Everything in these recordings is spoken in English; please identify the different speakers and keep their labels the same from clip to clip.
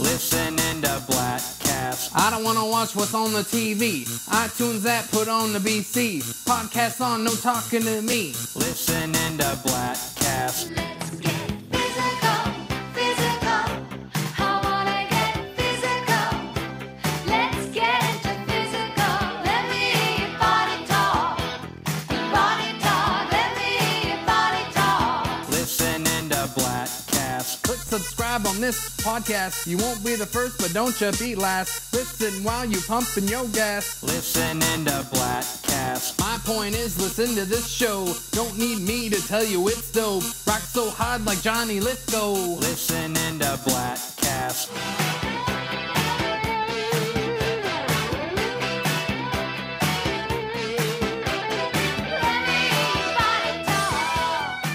Speaker 1: Listening to Blackcast.
Speaker 2: I don't wanna watch what's on the TV. iTunes app put on the BC. Podcasts on, no talking to me.
Speaker 1: Listening to Blackcast.
Speaker 3: Let's get physical, physical. I wanna get physical. Let's get into physical. Let me hear your body talk. Body talk. Let me hear your body talk.
Speaker 1: Listening to Blackcast.
Speaker 2: Click subscribe on this podcast. You won't be the first, but don't you be last. Listen while you pumping your gas.
Speaker 1: Listening to Blackcast.
Speaker 2: My point is, listen to this show. Don't need me to tell you it's dope. Rock so hard like Johnny Lithgow.
Speaker 1: Listening to Blackcast.
Speaker 3: Let me hear your body talk.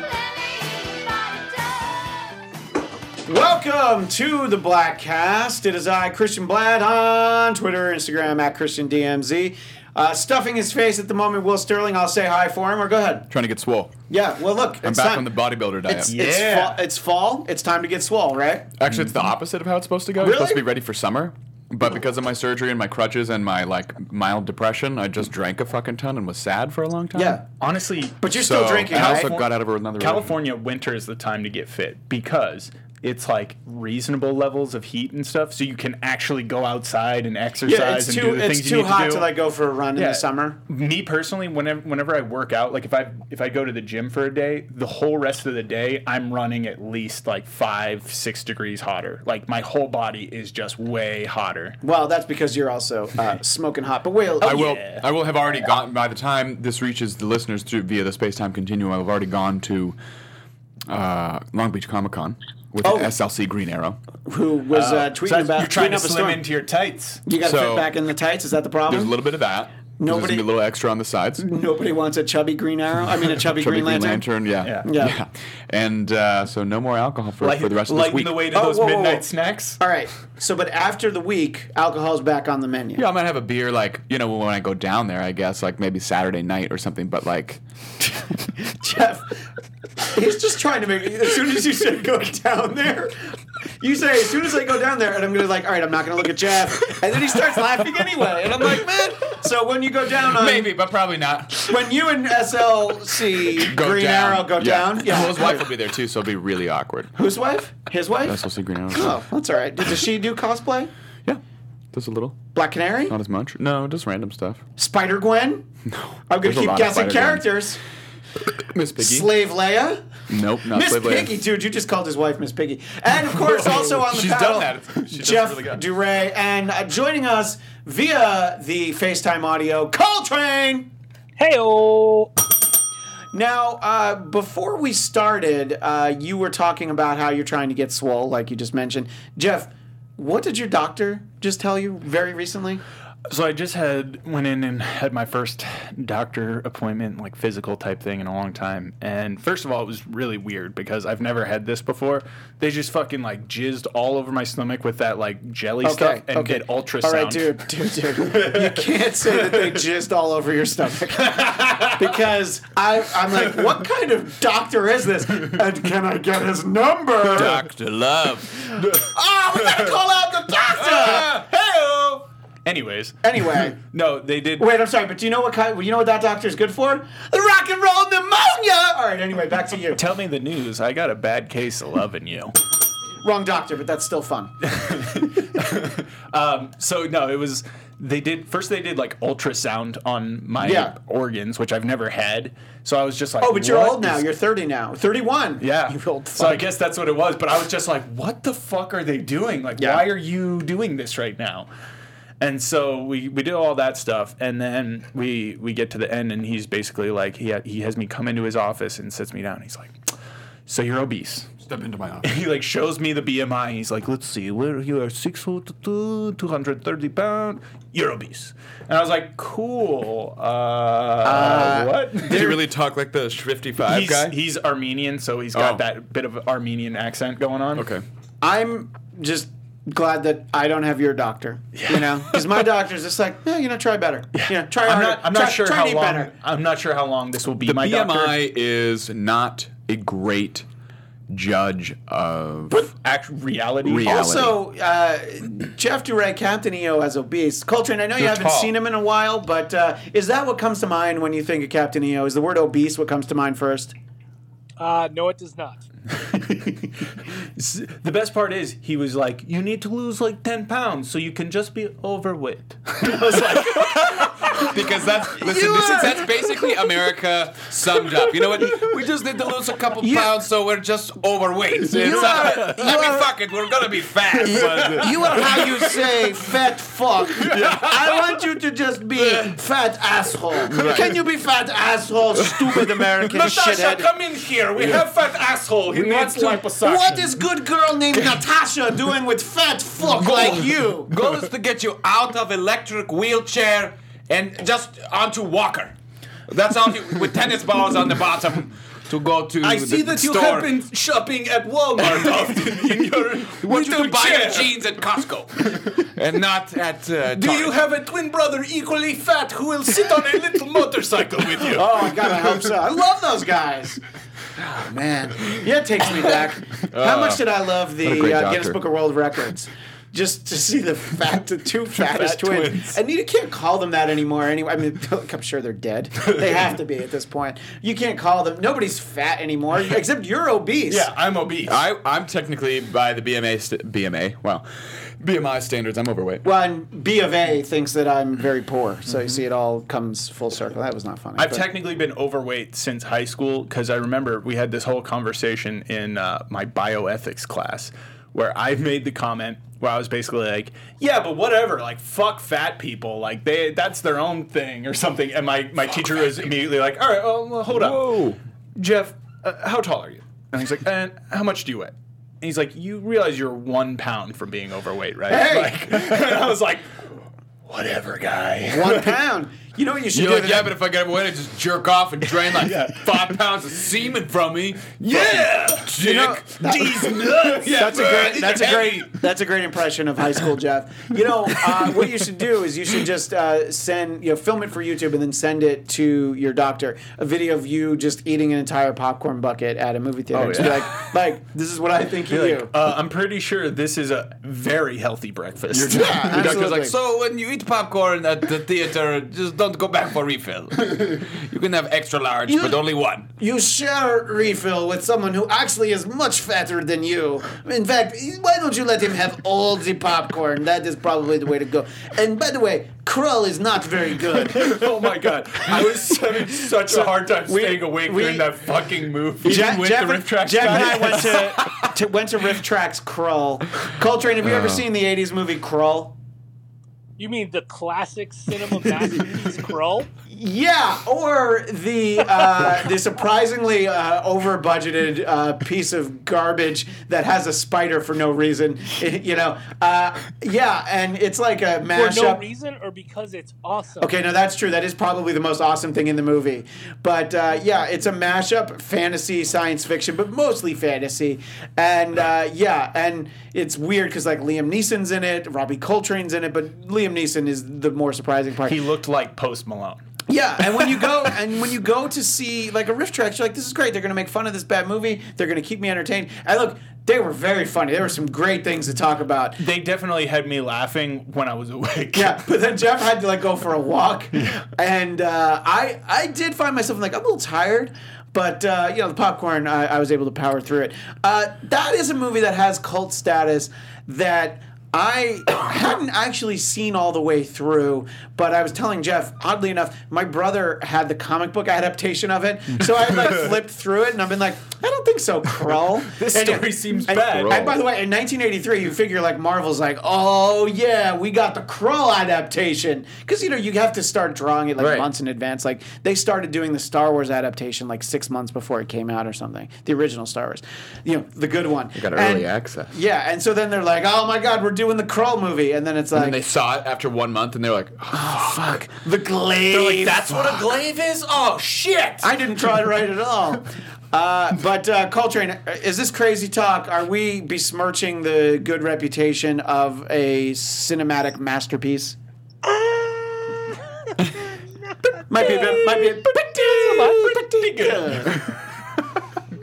Speaker 3: Let me hear your body talk.
Speaker 4: Welcome to the Black Cast. It is I, Christian Blatt, on Twitter, Instagram at ChristianDMZ. Uh, stuffing his face at the moment, Will Sterling. I'll say hi for him, or go ahead.
Speaker 5: trying to get swole.
Speaker 4: Yeah. Well, look,
Speaker 5: I'm
Speaker 4: it's
Speaker 5: back
Speaker 4: time.
Speaker 5: on the bodybuilder diet.
Speaker 4: It's, it's,
Speaker 6: Yeah. Uh-huh.
Speaker 4: fall, it's fall. It's time to get swole, right?
Speaker 5: Actually, it's the opposite of how it's supposed to go.
Speaker 4: Really?
Speaker 5: It's supposed to be ready for summer, but because of my surgery and my crutches and my like mild depression, I just drank a fucking ton and was sad for a long time.
Speaker 4: Yeah.
Speaker 6: Honestly,
Speaker 4: But you're
Speaker 5: So,
Speaker 4: still drinking,
Speaker 5: and I also
Speaker 4: right?
Speaker 5: got out of another.
Speaker 6: California winter is the time to get fit because it's like reasonable levels of heat and stuff, so you can actually go outside and exercise
Speaker 4: yeah, it's
Speaker 6: and
Speaker 4: too
Speaker 6: do the
Speaker 4: it's
Speaker 6: things
Speaker 4: too
Speaker 6: you need
Speaker 4: hot
Speaker 6: to
Speaker 4: to,
Speaker 6: do.
Speaker 4: like go for a run in
Speaker 6: Yeah.
Speaker 4: the summer.
Speaker 6: Me personally, whenever whenever I work out, like if I if I go to the gym for a day, the whole rest of the day I'm running at least like five six degrees hotter. Like my whole body is just way hotter.
Speaker 4: Well, that's because you're also uh, smoking hot. But Will,
Speaker 5: I will.
Speaker 6: Oh, yeah.
Speaker 5: I will have already gotten by the time this reaches the listeners through via the space time continuum. I've already gone to uh, Long Beach Comic Con with
Speaker 4: Oh.
Speaker 5: an SLC Green Arrow.
Speaker 4: who was uh,
Speaker 6: So
Speaker 4: tweeting
Speaker 6: that's-
Speaker 4: about
Speaker 6: you're trying
Speaker 4: tweeting
Speaker 6: to
Speaker 4: up a
Speaker 6: slim
Speaker 4: storm.
Speaker 6: into your tights.
Speaker 4: you got to
Speaker 5: So-
Speaker 4: fit back in the tights. Is that the problem?
Speaker 5: There's a little bit of that. There's
Speaker 4: Nobody-
Speaker 5: gonna be a little extra on the sides.
Speaker 4: Nobody wants a chubby green arrow. I mean, a chubby,
Speaker 5: Chubby
Speaker 4: green lantern.
Speaker 5: yeah.
Speaker 6: Yeah.
Speaker 4: Yeah.
Speaker 5: And uh, so no more alcohol for,
Speaker 6: Light-
Speaker 5: for the rest of this
Speaker 6: lighten
Speaker 5: week.
Speaker 6: the way to
Speaker 4: Oh,
Speaker 6: those
Speaker 4: whoa, whoa, whoa.
Speaker 6: midnight snacks.
Speaker 4: All right. So, but after the week, alcohol's back on the menu.
Speaker 5: Yeah, I might have a beer, like you know, when I go down there. I guess like maybe Saturday night or something. But like,
Speaker 4: Jeff, he's just trying to make. As soon as you say go down there, you say as soon as I go down there, and I'm gonna be like, all right, I'm not gonna look at Jeff, and then he starts laughing anyway, and I'm like, man. So when you go down on
Speaker 5: maybe, but probably not.
Speaker 4: when you and SLC Green Arrow go down,
Speaker 5: Yeah, well, his wife will be there too, so it'll be really awkward.
Speaker 4: Whose wife? His wife.
Speaker 5: SLC Green Arrow.
Speaker 4: Oh, that's all right. Does she do cosplay?
Speaker 5: Yeah, just a little,
Speaker 4: Black Canary,
Speaker 5: not as much. No, just random stuff.
Speaker 4: Spider Gwen. No, I'm gonna
Speaker 5: There's a
Speaker 4: keep
Speaker 5: lot of
Speaker 4: guessing
Speaker 5: Spider-Gwen.
Speaker 4: characters.
Speaker 5: Miss Piggy.
Speaker 4: Slave Leia.
Speaker 5: nope, not
Speaker 4: Miss
Speaker 5: Slave Leia.
Speaker 4: Piggy, dude, you just called his wife Miss Piggy. And of course, also on the
Speaker 5: She's
Speaker 4: panel,
Speaker 5: done that. She does
Speaker 4: Jeff
Speaker 5: really good.
Speaker 4: Duray, and uh, joining us via the FaceTime audio, Coltrane.
Speaker 7: Heyo.
Speaker 4: Now, uh, before we started, uh, you were talking about how you're trying to get swole, like you just mentioned. Jeff, what did your doctor just tell you very recently?
Speaker 6: So I just had went in and had my first doctor appointment, like physical type thing, in a long time. And first of all, it was really weird because I've never had this before. They just fucking like jizzed all over my stomach with that like jelly stuff and did ultrasound.
Speaker 4: All right, dude, dude, dude. You can't say that they jizzed all over your stomach because I, I'm like, what kind of doctor is this? And can I get his number?
Speaker 5: Doctor Love.
Speaker 4: Oh, we gotta call out the doctor.
Speaker 6: Hey-o! Anyways,
Speaker 4: anyway,
Speaker 6: no, they did.
Speaker 4: wait, I'm sorry, but do you know what kind? You know what that doctor is good for? The rock and roll pneumonia. All right, anyway, back to you.
Speaker 6: Tell me the news. I got a bad case of loving you.
Speaker 4: Wrong doctor, but that's still fun.
Speaker 6: So no, it was they did first they did like ultrasound on my
Speaker 4: Yeah.
Speaker 6: organs, which I've never had. So I was just like,
Speaker 4: Oh, but you're
Speaker 6: "What
Speaker 4: old now.
Speaker 6: is
Speaker 4: You're 30 now. 31.
Speaker 6: Yeah.
Speaker 4: You old
Speaker 6: so I
Speaker 4: fuck.
Speaker 6: guess that's what it was. But I was just like, what the fuck are they doing? Like,
Speaker 4: Yeah.
Speaker 6: why are you doing this right now? And so we, we did all that stuff, and then we we get to the end, and he's basically like he ha- he has me come into his office and sits me down. He's like, "So you're obese."
Speaker 5: Step into my office.
Speaker 6: He like shows me the BMI. And he's like, "Let's see, where you are six foot two, two hundred thirty pound. You're obese." And I was like, "Cool. Uh, what?"
Speaker 5: Did Uh, he really talk like the Swifty Five
Speaker 6: he's,
Speaker 5: guy?
Speaker 6: he's Armenian, so he's got
Speaker 5: Oh.
Speaker 6: that bit of Armenian accent going on.
Speaker 5: okay.
Speaker 4: I'm just glad that I don't have your doctor. You know, because my doctor's just like, no, you know, try better. Yeah, try
Speaker 6: I'm
Speaker 4: harder.
Speaker 6: not, I'm not
Speaker 4: try,
Speaker 6: sure
Speaker 4: try
Speaker 6: how
Speaker 4: to eat
Speaker 6: long.
Speaker 4: better.
Speaker 6: I'm not sure how long this will be.
Speaker 5: The
Speaker 6: my
Speaker 5: BMI
Speaker 6: doctor.
Speaker 5: is not a great judge of
Speaker 6: Actual reality.
Speaker 5: reality.
Speaker 4: Also, uh, Jeff Durek, Captain EO as obese. Coltrane, I know you
Speaker 6: They're
Speaker 4: haven't
Speaker 6: tall.
Speaker 4: seen him in a while, but uh, is that what comes to mind when you think of Captain EO? Is the word obese what comes to mind first?
Speaker 7: Uh, no, it does not.
Speaker 6: S- The best part is he was like, "You need to lose like ten pounds so you can just be overweight." I was like,
Speaker 8: Because that's listen, this is, that's basically America summed up. You know what? We just need to lose a couple pounds, so we're just overweight. It's, uh, let me fuck it. We're gonna be fat. But,
Speaker 4: You are how you say fat fuck. I want you to just be fat asshole. Can you be fat asshole, stupid American
Speaker 8: Natasha,
Speaker 4: shithead?
Speaker 8: come in here. We have fat asshole. He needs liposuction.
Speaker 4: What is good girl named Natasha doing with fat fuck like you?
Speaker 8: Goal is to get you out of electric wheelchair and just onto walker. That's all you with tennis balls on the bottom to go to.
Speaker 6: "I see
Speaker 8: the
Speaker 6: that you
Speaker 8: store.
Speaker 6: have been shopping at Walmart often in your.
Speaker 8: What
Speaker 6: little
Speaker 8: you buy
Speaker 6: chair.
Speaker 8: your jeans at Costco and not at. Uh,
Speaker 6: Do you have a twin brother equally fat who will sit on a little motorcycle with you?
Speaker 4: Oh my god, I hope so. I love those guys. Oh man, yeah, it takes me back. How much did I love the
Speaker 5: great
Speaker 4: uh, Guinness
Speaker 5: doctor.
Speaker 4: Book of World Records? Just to see the fat, the two fattest twins. And you can't call them that anymore. Anyway, I mean, I'm sure they're dead. They have to be at this point. You can't call them. Nobody's fat anymore, except you're obese.
Speaker 6: Yeah, I'm obese.
Speaker 5: I, I'm technically by the BMA st- BMA wow BMI standards I'm overweight.
Speaker 4: Well, and B of A thinks that I'm very poor. So you see, it all comes full circle. That was not funny.
Speaker 6: I've
Speaker 4: but-
Speaker 6: technically been overweight since high school because I remember we had this whole conversation in uh, my bioethics class where I made the comment where I was basically like, "Yeah, but whatever, like fuck fat people, like they that's their own thing or something." And my my teacher was immediately like, "All right, well, well, hold up, Jeff, uh, how tall are you?" And he's like, "And how much do you weigh?" And he's like, "You realize you're one pound from being overweight, right?"
Speaker 4: Hey!
Speaker 6: Like, and I was like, "Whatever, guy."
Speaker 4: one pound. You know what you should
Speaker 8: You're
Speaker 4: do?
Speaker 8: like,
Speaker 4: the
Speaker 8: yeah, but if I get away, I just jerk off and drain like five pounds of semen from me. Yeah, dick. These nuts. Yeah,
Speaker 4: That's a
Speaker 8: bruh,
Speaker 4: great.
Speaker 8: these
Speaker 4: That's
Speaker 8: are
Speaker 4: a
Speaker 8: heavy.
Speaker 4: great. That's a great impression of high school Jeff. You know uh, what you should do is you should just uh, send you know film it for YouTube and then send it to your doctor a video of you just eating an entire popcorn bucket at a movie theater.
Speaker 6: Oh,
Speaker 4: Just be
Speaker 6: yeah.
Speaker 4: like, like this is what I think you. do.
Speaker 6: Uh, I'm pretty sure this is a very healthy breakfast.
Speaker 8: Yeah, the doctor's
Speaker 4: absolutely.
Speaker 8: like, so when you eat popcorn at the theater, just don't go back for refill. you can have extra large, but only one.
Speaker 4: you share refill with someone who actually is much fatter than you. In fact, why don't you let him have all the popcorn? That is probably the way to go. And by the way, Krull is not very good.
Speaker 6: oh my god, I was having such a hard time
Speaker 4: we-
Speaker 6: staying awake
Speaker 4: we-
Speaker 6: during that fucking movie
Speaker 4: Jeff,
Speaker 6: with
Speaker 4: Jeff
Speaker 6: the riff
Speaker 4: and-
Speaker 6: track.
Speaker 4: Jeff and
Speaker 6: guy.
Speaker 4: I went to, to went to Riff Tracks Krull. Coltrane, have you ever seen the '80s movie Krull?
Speaker 7: You mean the classic cinema masterpiece Krull?
Speaker 4: Yeah, or the uh, the surprisingly uh, over budgeted uh, piece of garbage that has a spider for no reason. you know, uh, yeah, and it's like a
Speaker 7: For
Speaker 4: mashup.
Speaker 7: no reason or because it's awesome?
Speaker 4: Okay, no, that's true. That is probably the most awesome thing in the movie. But uh, yeah, it's a mashup fantasy, science fiction, but mostly fantasy. And uh, yeah, and it's weird because like Liam Neeson's in it, Robbie Coltrane's in it, but Liam Neeson is the more surprising part.
Speaker 6: He looked like Post Malone.
Speaker 4: Yeah, and when you go and when you go to see like a riff track, you're like, "This is great. They're gonna make fun of this bad movie. They're gonna keep me entertained." And look, they were very funny. There were some great things to talk about.
Speaker 6: They definitely had me laughing when I was awake.
Speaker 4: Yeah, but then Jeff had to like go for a walk, and uh, I I did find myself like I'm a little tired, but uh, you know the popcorn I, I was able to power through it. Uh, that is a movie that has cult status that. I hadn't actually seen all the way through, but I was telling Jeff, oddly enough, my brother had the comic book adaptation of it. So I like flipped through it and I've been like, I don't think so, Krull.
Speaker 6: This
Speaker 4: And-
Speaker 6: story seems
Speaker 4: and-
Speaker 6: bad.
Speaker 4: and by the way, in 1983, you figure like Marvel's like, oh yeah, we got the Krull adaptation because you know you have to start drawing it like
Speaker 8: Right.
Speaker 4: months in advance. Like they started doing the Star Wars adaptation like six months before it came out or something. The original Star Wars, you know, the good one.
Speaker 5: got
Speaker 4: And-
Speaker 5: early access.
Speaker 4: Yeah, and so then they're like, oh my god, we're doing the Krull movie, and then it's like
Speaker 5: And they saw it after one month and they're like, oh,
Speaker 4: fuck the glaive.
Speaker 8: That's what a glaive is? Oh, shit!
Speaker 4: I didn't try it right at all. Uh, but uh, Coltrane, is this crazy talk? Are we besmirching the good reputation of a cinematic masterpiece? might be a bit. Might be a bit.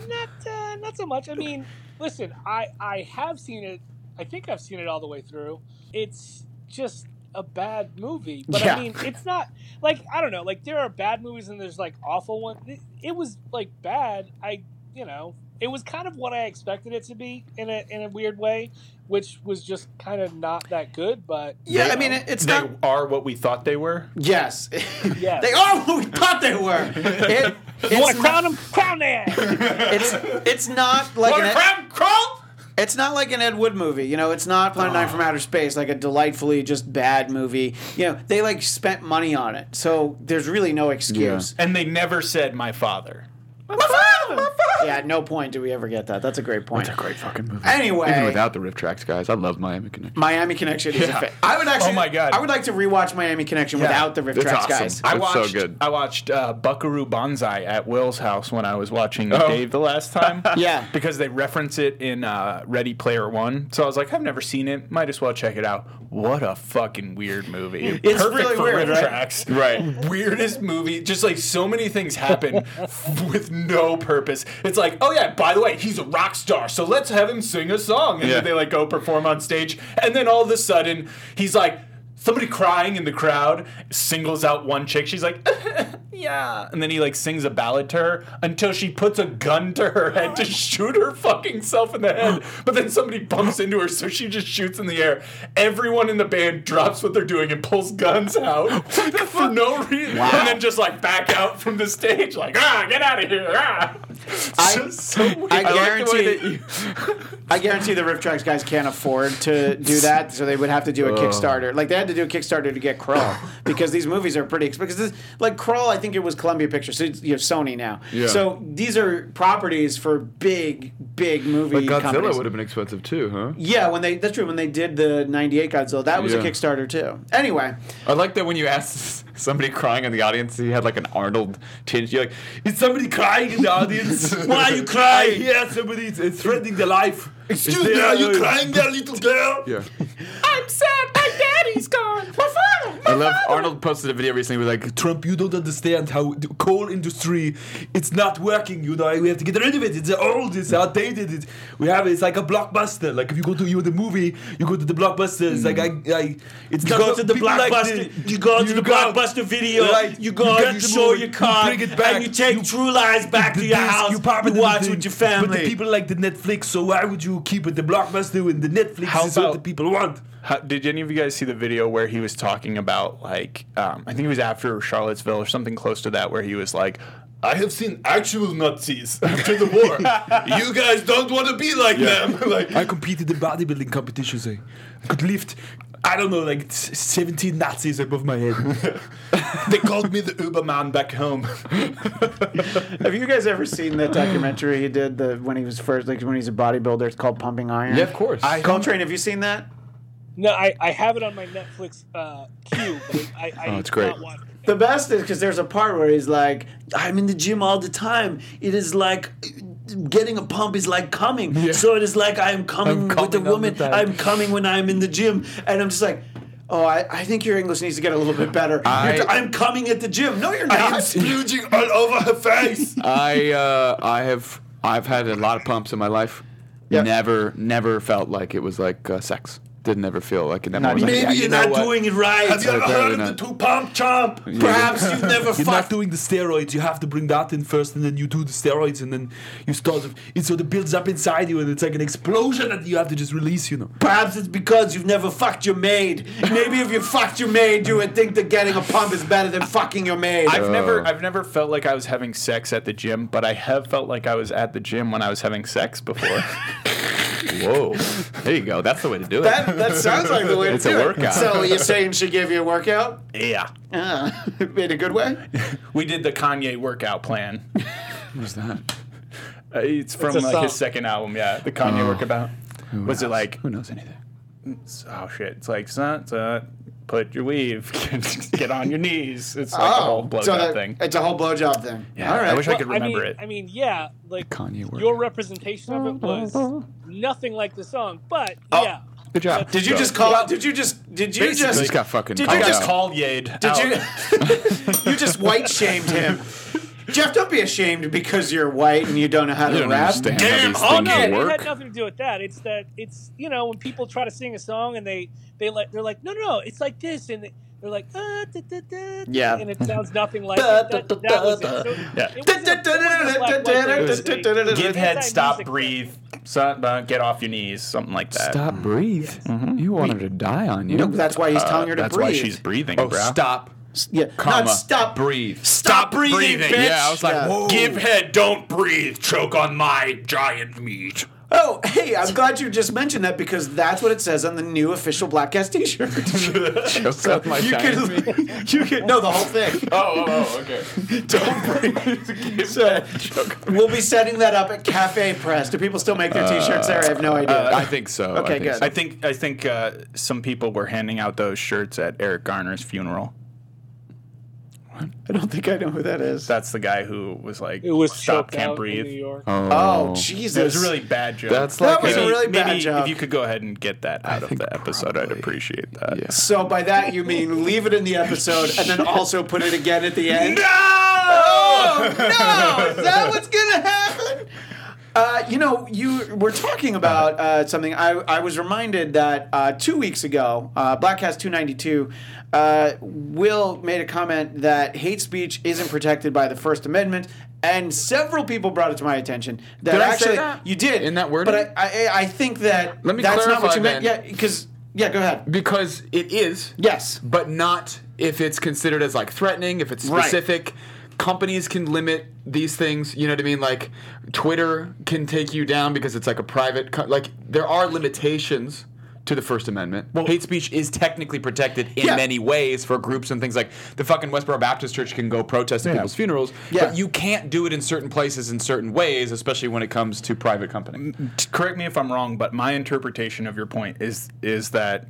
Speaker 7: Not, uh, not so much. I mean, listen, I I have seen it. I think I've seen it all the way through. It's just a bad movie, but
Speaker 4: Yeah.
Speaker 7: I mean, it's not like I don't know. Like there are bad movies and there's like awful ones. It, it was like bad. I you know it was kind of what I expected it to be in a in a weird way, which was just kind of not that good. But
Speaker 4: Yeah,
Speaker 7: you
Speaker 4: I mean,
Speaker 7: know,
Speaker 4: it, it's
Speaker 6: they
Speaker 4: not.
Speaker 6: are what we thought they were.
Speaker 4: Yes.
Speaker 7: Yes.
Speaker 4: they are what we thought they were. It,
Speaker 7: you want
Speaker 4: it's, not,
Speaker 7: to crown them? Crown them.
Speaker 4: it's, it's not like an.
Speaker 9: Wanna
Speaker 4: Ed,
Speaker 9: crab crawl?
Speaker 4: it's not like an Ed Wood movie, you know. It's not Planet Nine from Outer Space, like a delightfully just bad movie. You know, they like spent money on it, so there's really no excuse.
Speaker 6: And they never said my father.
Speaker 4: Yeah, at no point do we ever get that. That's a great point.
Speaker 10: Great fucking movie.
Speaker 4: Anyway.
Speaker 10: even without the riff tracks, guys, I love Miami Connection.
Speaker 4: Miami Connection is a
Speaker 6: Yeah.
Speaker 4: fa- I would actually.
Speaker 6: Oh my God.
Speaker 4: I would like to rewatch Miami Connection
Speaker 6: Yeah.
Speaker 4: without the riff
Speaker 10: It's
Speaker 4: tracks,
Speaker 10: awesome.
Speaker 4: guys.
Speaker 10: I
Speaker 6: I
Speaker 10: It's
Speaker 6: watched.
Speaker 10: so good.
Speaker 6: I watched uh, Buckaroo Banzai at Will's house when I was watching
Speaker 10: Oh.
Speaker 6: Dave the last time.
Speaker 4: Yeah.
Speaker 6: because they reference it in uh, Ready Player One. So I was like, I've never seen it. Might as well check it out. What a fucking weird movie.
Speaker 4: It's really
Speaker 6: for
Speaker 4: weird,
Speaker 6: riff
Speaker 4: right?
Speaker 6: tracks.
Speaker 10: Right.
Speaker 6: Weirdest movie. Just like so many things happen with no purpose. It's like, oh yeah, by the way, he's a rock star, so let's have him sing a song. And
Speaker 10: Yeah.
Speaker 6: then they like go perform on stage, and then all of a sudden he's like. Somebody crying in the crowd singles out one chick. She's like, yeah. And then he like sings a ballad to her until she puts a gun to her head to shoot her fucking self in the head. But then somebody bumps into her, so she just shoots in the air. Everyone in the band drops what they're doing and pulls guns out for no reason. And then just like back out from the stage, like, ah, get out of here. Ah.
Speaker 4: I- I
Speaker 6: like the way
Speaker 4: guarantee-
Speaker 6: that you-
Speaker 4: I guarantee the riff tracks guys can't afford to do that, so they would have to do a Kickstarter. Like they had to do a Kickstarter to get Crawl because these movies are pretty expensive. Because this, like Crawl, I think it was Columbia Pictures. So it's- you have Sony now.
Speaker 10: Yeah.
Speaker 4: So these are properties for big, big movie.
Speaker 10: But Godzilla
Speaker 4: companies.
Speaker 10: would have been expensive too, huh?
Speaker 4: Yeah, when they that's true. When they did the '98 Godzilla, that was a
Speaker 10: Yeah.
Speaker 4: Kickstarter too. Anyway,
Speaker 10: I like that when you asked somebody crying in the audience, he had like an Arnold tinge. You're like, is somebody crying in the audience? Why are you crying? Yeah, somebody's it's threatening their life. Excuse me, are you crying there, little girl? Yeah.
Speaker 6: I'm sad. My daddy's gone. My father.
Speaker 10: I love Arnold posted a video recently with like, Trump, you don't understand how the coal industry, it's not working, you know, we have to get rid of it. It's old, it's
Speaker 11: Mm.
Speaker 10: outdated. It's, we have, it's like a blockbuster. Like if you go to you the movie, you go to the blockbuster. It's like, I, I it's you not
Speaker 11: Mm. go to the blockbuster. you go to the blockbuster video.
Speaker 10: Right.
Speaker 11: You
Speaker 10: You
Speaker 11: go.
Speaker 10: get
Speaker 11: You
Speaker 10: the
Speaker 11: show
Speaker 10: movie,
Speaker 11: your
Speaker 10: you
Speaker 11: car.
Speaker 10: bring it back,
Speaker 11: And you take
Speaker 10: you-
Speaker 11: True Lies back to
Speaker 10: the
Speaker 11: your
Speaker 10: disc,
Speaker 11: house. You,
Speaker 10: pop it in
Speaker 11: watch
Speaker 10: the
Speaker 11: with your
Speaker 10: thing.
Speaker 11: family.
Speaker 10: But the people like the Netflix, so why would you keep it? The blockbuster and the Netflix
Speaker 6: How
Speaker 10: is what
Speaker 6: about-
Speaker 10: the people want.
Speaker 6: How, did any of you guys see the video where he was talking about like um, I think it was after Charlottesville or something close to that where he was like, I have seen actual Nazis after the war. you guys don't want to be like them. like
Speaker 10: I competed in bodybuilding competitions.
Speaker 11: eh?
Speaker 10: I could lift, I don't know, like s- 17 Nazis above my head.
Speaker 6: they called me the Uberman back home.
Speaker 4: have you guys ever seen that documentary he did the when he was first like when he's a bodybuilder? It's called Pumping Iron.
Speaker 10: course.
Speaker 4: Coltrane, have you seen that?
Speaker 7: No, I, I have it on my Netflix uh, queue. But I, I
Speaker 10: Oh, it's great.
Speaker 7: Not watched it.
Speaker 4: The best is because there's a part where he's like,
Speaker 11: I'm in the gym all the time. It is like getting a pump is like coming. So it is like I am coming, with a
Speaker 10: coming all
Speaker 11: woman.
Speaker 10: the time.
Speaker 11: I'm coming when I'm in the gym, and I'm just like.
Speaker 4: "Oh, I, I think your English needs to get a little bit better."
Speaker 10: I-
Speaker 4: You're t- I'm coming at the gym. No, you're
Speaker 10: I'm
Speaker 4: not.
Speaker 10: splooging all over her face. I uh, I have I've had a lot of pumps in my life.
Speaker 4: Yeah.
Speaker 10: Never never felt like it was like uh, sex. Didn't ever feel like it. Never
Speaker 6: Not
Speaker 10: was like,
Speaker 6: even-
Speaker 10: yeah,
Speaker 11: Maybe
Speaker 10: you
Speaker 11: you're
Speaker 10: know
Speaker 11: not
Speaker 10: what?
Speaker 11: doing it right.
Speaker 10: you ever heard of the
Speaker 6: two pump chomp?
Speaker 11: Perhaps you've never
Speaker 12: You're not
Speaker 11: fucked.
Speaker 12: doing the steroids. You have to bring that in first, and then you do the steroids, and then you start. It sort of builds up inside you, and it's like an explosion that you have to just release. You know.
Speaker 11: Perhaps it's because you've never fucked your maid.
Speaker 4: Maybe if you fucked your maid, you would think that getting a pump is better than fucking your maid.
Speaker 6: I've never I've never felt like I was having sex at the gym, but I have felt like I was at the gym when I was having sex before.
Speaker 10: Whoa, there you go. That's the way to do it.
Speaker 4: that that sounds like the way to
Speaker 10: It's a
Speaker 4: do it.
Speaker 10: workout.
Speaker 4: So you're saying she gave you a workout
Speaker 6: yeah.
Speaker 4: uh, in a good way?
Speaker 6: We did the Kanye workout plan.
Speaker 10: What's that?
Speaker 6: Uh, it's from
Speaker 7: It's a
Speaker 6: like his
Speaker 7: song.
Speaker 6: second album, yeah. The Kanye work about. Was it like
Speaker 10: Who knows anything?
Speaker 6: oh shit? It's like son, son, put your weave, get on your knees. It's like a whole blow
Speaker 4: Oh. so
Speaker 6: job
Speaker 4: that-
Speaker 6: thing.
Speaker 4: It's a whole blowjob thing.
Speaker 6: Yeah,
Speaker 4: All
Speaker 6: I
Speaker 4: right.
Speaker 6: wish I could remember
Speaker 7: mean,
Speaker 6: it.
Speaker 7: I mean, yeah, like
Speaker 10: Kanye workout.
Speaker 7: your representation of it was nothing like the song, but yeah.
Speaker 10: Good job.
Speaker 4: did you just call? Did you just? Did you
Speaker 10: Basically,
Speaker 4: just?
Speaker 10: just got fucking
Speaker 4: Did
Speaker 10: called
Speaker 4: you
Speaker 10: out.
Speaker 4: just
Speaker 6: called Yade.
Speaker 4: Did you? you just white shamed him. Jeff, don't be ashamed because you're white and you don't know how to
Speaker 8: don't
Speaker 4: rap.
Speaker 8: understand how these
Speaker 7: Oh
Speaker 8: things
Speaker 7: no, it
Speaker 8: work.
Speaker 7: had nothing to do with that. It's that it's you know when people try to sing a song and they they like they're like no no no it's like this and they're like uh, da, da, da,
Speaker 4: Yeah.
Speaker 7: and it sounds nothing like it. that. that was it. So it wasn't a- it wasn't a black white thing.
Speaker 6: Give
Speaker 7: Anti-music
Speaker 6: head, stop,
Speaker 7: thing.
Speaker 6: breathe. Son, uh, get off your knees, something like that.
Speaker 10: Stop, breathe. You want her to die on Uh, mm-hmm. you.
Speaker 4: Nope, that's why he's telling her to
Speaker 6: That's
Speaker 4: breathe.
Speaker 6: why she's breathing,
Speaker 8: Oh,
Speaker 6: bro.
Speaker 8: stop.
Speaker 4: yeah,
Speaker 8: comma,
Speaker 4: not stop
Speaker 8: breathe.
Speaker 4: Stop breathing, bitch.
Speaker 8: Yeah, I was like,
Speaker 4: Yeah.
Speaker 8: whoa.
Speaker 6: Give head, don't breathe. Choke on my giant meat.
Speaker 4: Oh, hey, I'm glad you just mentioned that because that's what it says on the new official Blackcast T-shirt.
Speaker 6: Choke on my
Speaker 4: you
Speaker 6: giant meat.
Speaker 4: can, you can, no, the whole thing.
Speaker 6: Oh, oh, oh, okay.
Speaker 4: So we'll be setting that up at Cafe Press. Do people still make their T-shirts there? I have no idea.
Speaker 8: Uh, I think so.
Speaker 4: Okay,
Speaker 8: I think
Speaker 4: good.
Speaker 8: so.
Speaker 6: I think I think uh, some people were handing out those shirts at Eric Garner's funeral.
Speaker 4: I don't think I know who that is.
Speaker 6: That's the guy who was like,
Speaker 7: It was
Speaker 6: "Stop,
Speaker 7: choked
Speaker 6: can't
Speaker 7: out In New
Speaker 6: breathe."
Speaker 7: York.
Speaker 4: oh,
Speaker 6: It
Speaker 4: Jesus!
Speaker 6: was a really bad joke.
Speaker 10: That's
Speaker 4: That
Speaker 10: like
Speaker 4: was
Speaker 10: a-
Speaker 4: a really
Speaker 6: maybe
Speaker 4: bad job.
Speaker 6: if you could go ahead and get that out of
Speaker 10: think
Speaker 6: the episode, I'd
Speaker 10: probably.
Speaker 6: appreciate that.
Speaker 10: Yeah.
Speaker 4: so by that you mean leave it in the episode and then also put it again at the end?
Speaker 6: No!
Speaker 4: no, is that what's gonna happen? Uh, you know, you were talking about uh, something. I, I was reminded that uh, two weeks ago, uh, Blackcast 292, uh, Will made a comment that hate speech isn't protected by the First Amendment, and several people brought it to my attention. That
Speaker 10: Did I say
Speaker 4: actually,
Speaker 10: that?
Speaker 4: you did
Speaker 10: In that wording?
Speaker 4: But I, I, I think that
Speaker 10: Let me
Speaker 4: that's not what
Speaker 10: clarify
Speaker 4: you meant.
Speaker 10: then.
Speaker 4: Yeah, because yeah, go ahead.
Speaker 10: because it is.
Speaker 4: Yes.
Speaker 10: but not if it's considered as like threatening, if it's
Speaker 4: Right.
Speaker 10: specific. Companies can limit these things, you know what I mean? Like Twitter can take you down because it's like a private co- like there are limitations to the First Amendment.
Speaker 8: hate speech is technically protected in
Speaker 4: Yeah.
Speaker 8: many ways for groups and things like the fucking Westboro Baptist Church can go protest at people's funerals,
Speaker 4: Yeah.
Speaker 8: but you can't do it in certain places in certain ways, especially when it comes to private company.
Speaker 6: correct me if I'm wrong, but my interpretation of your point is is that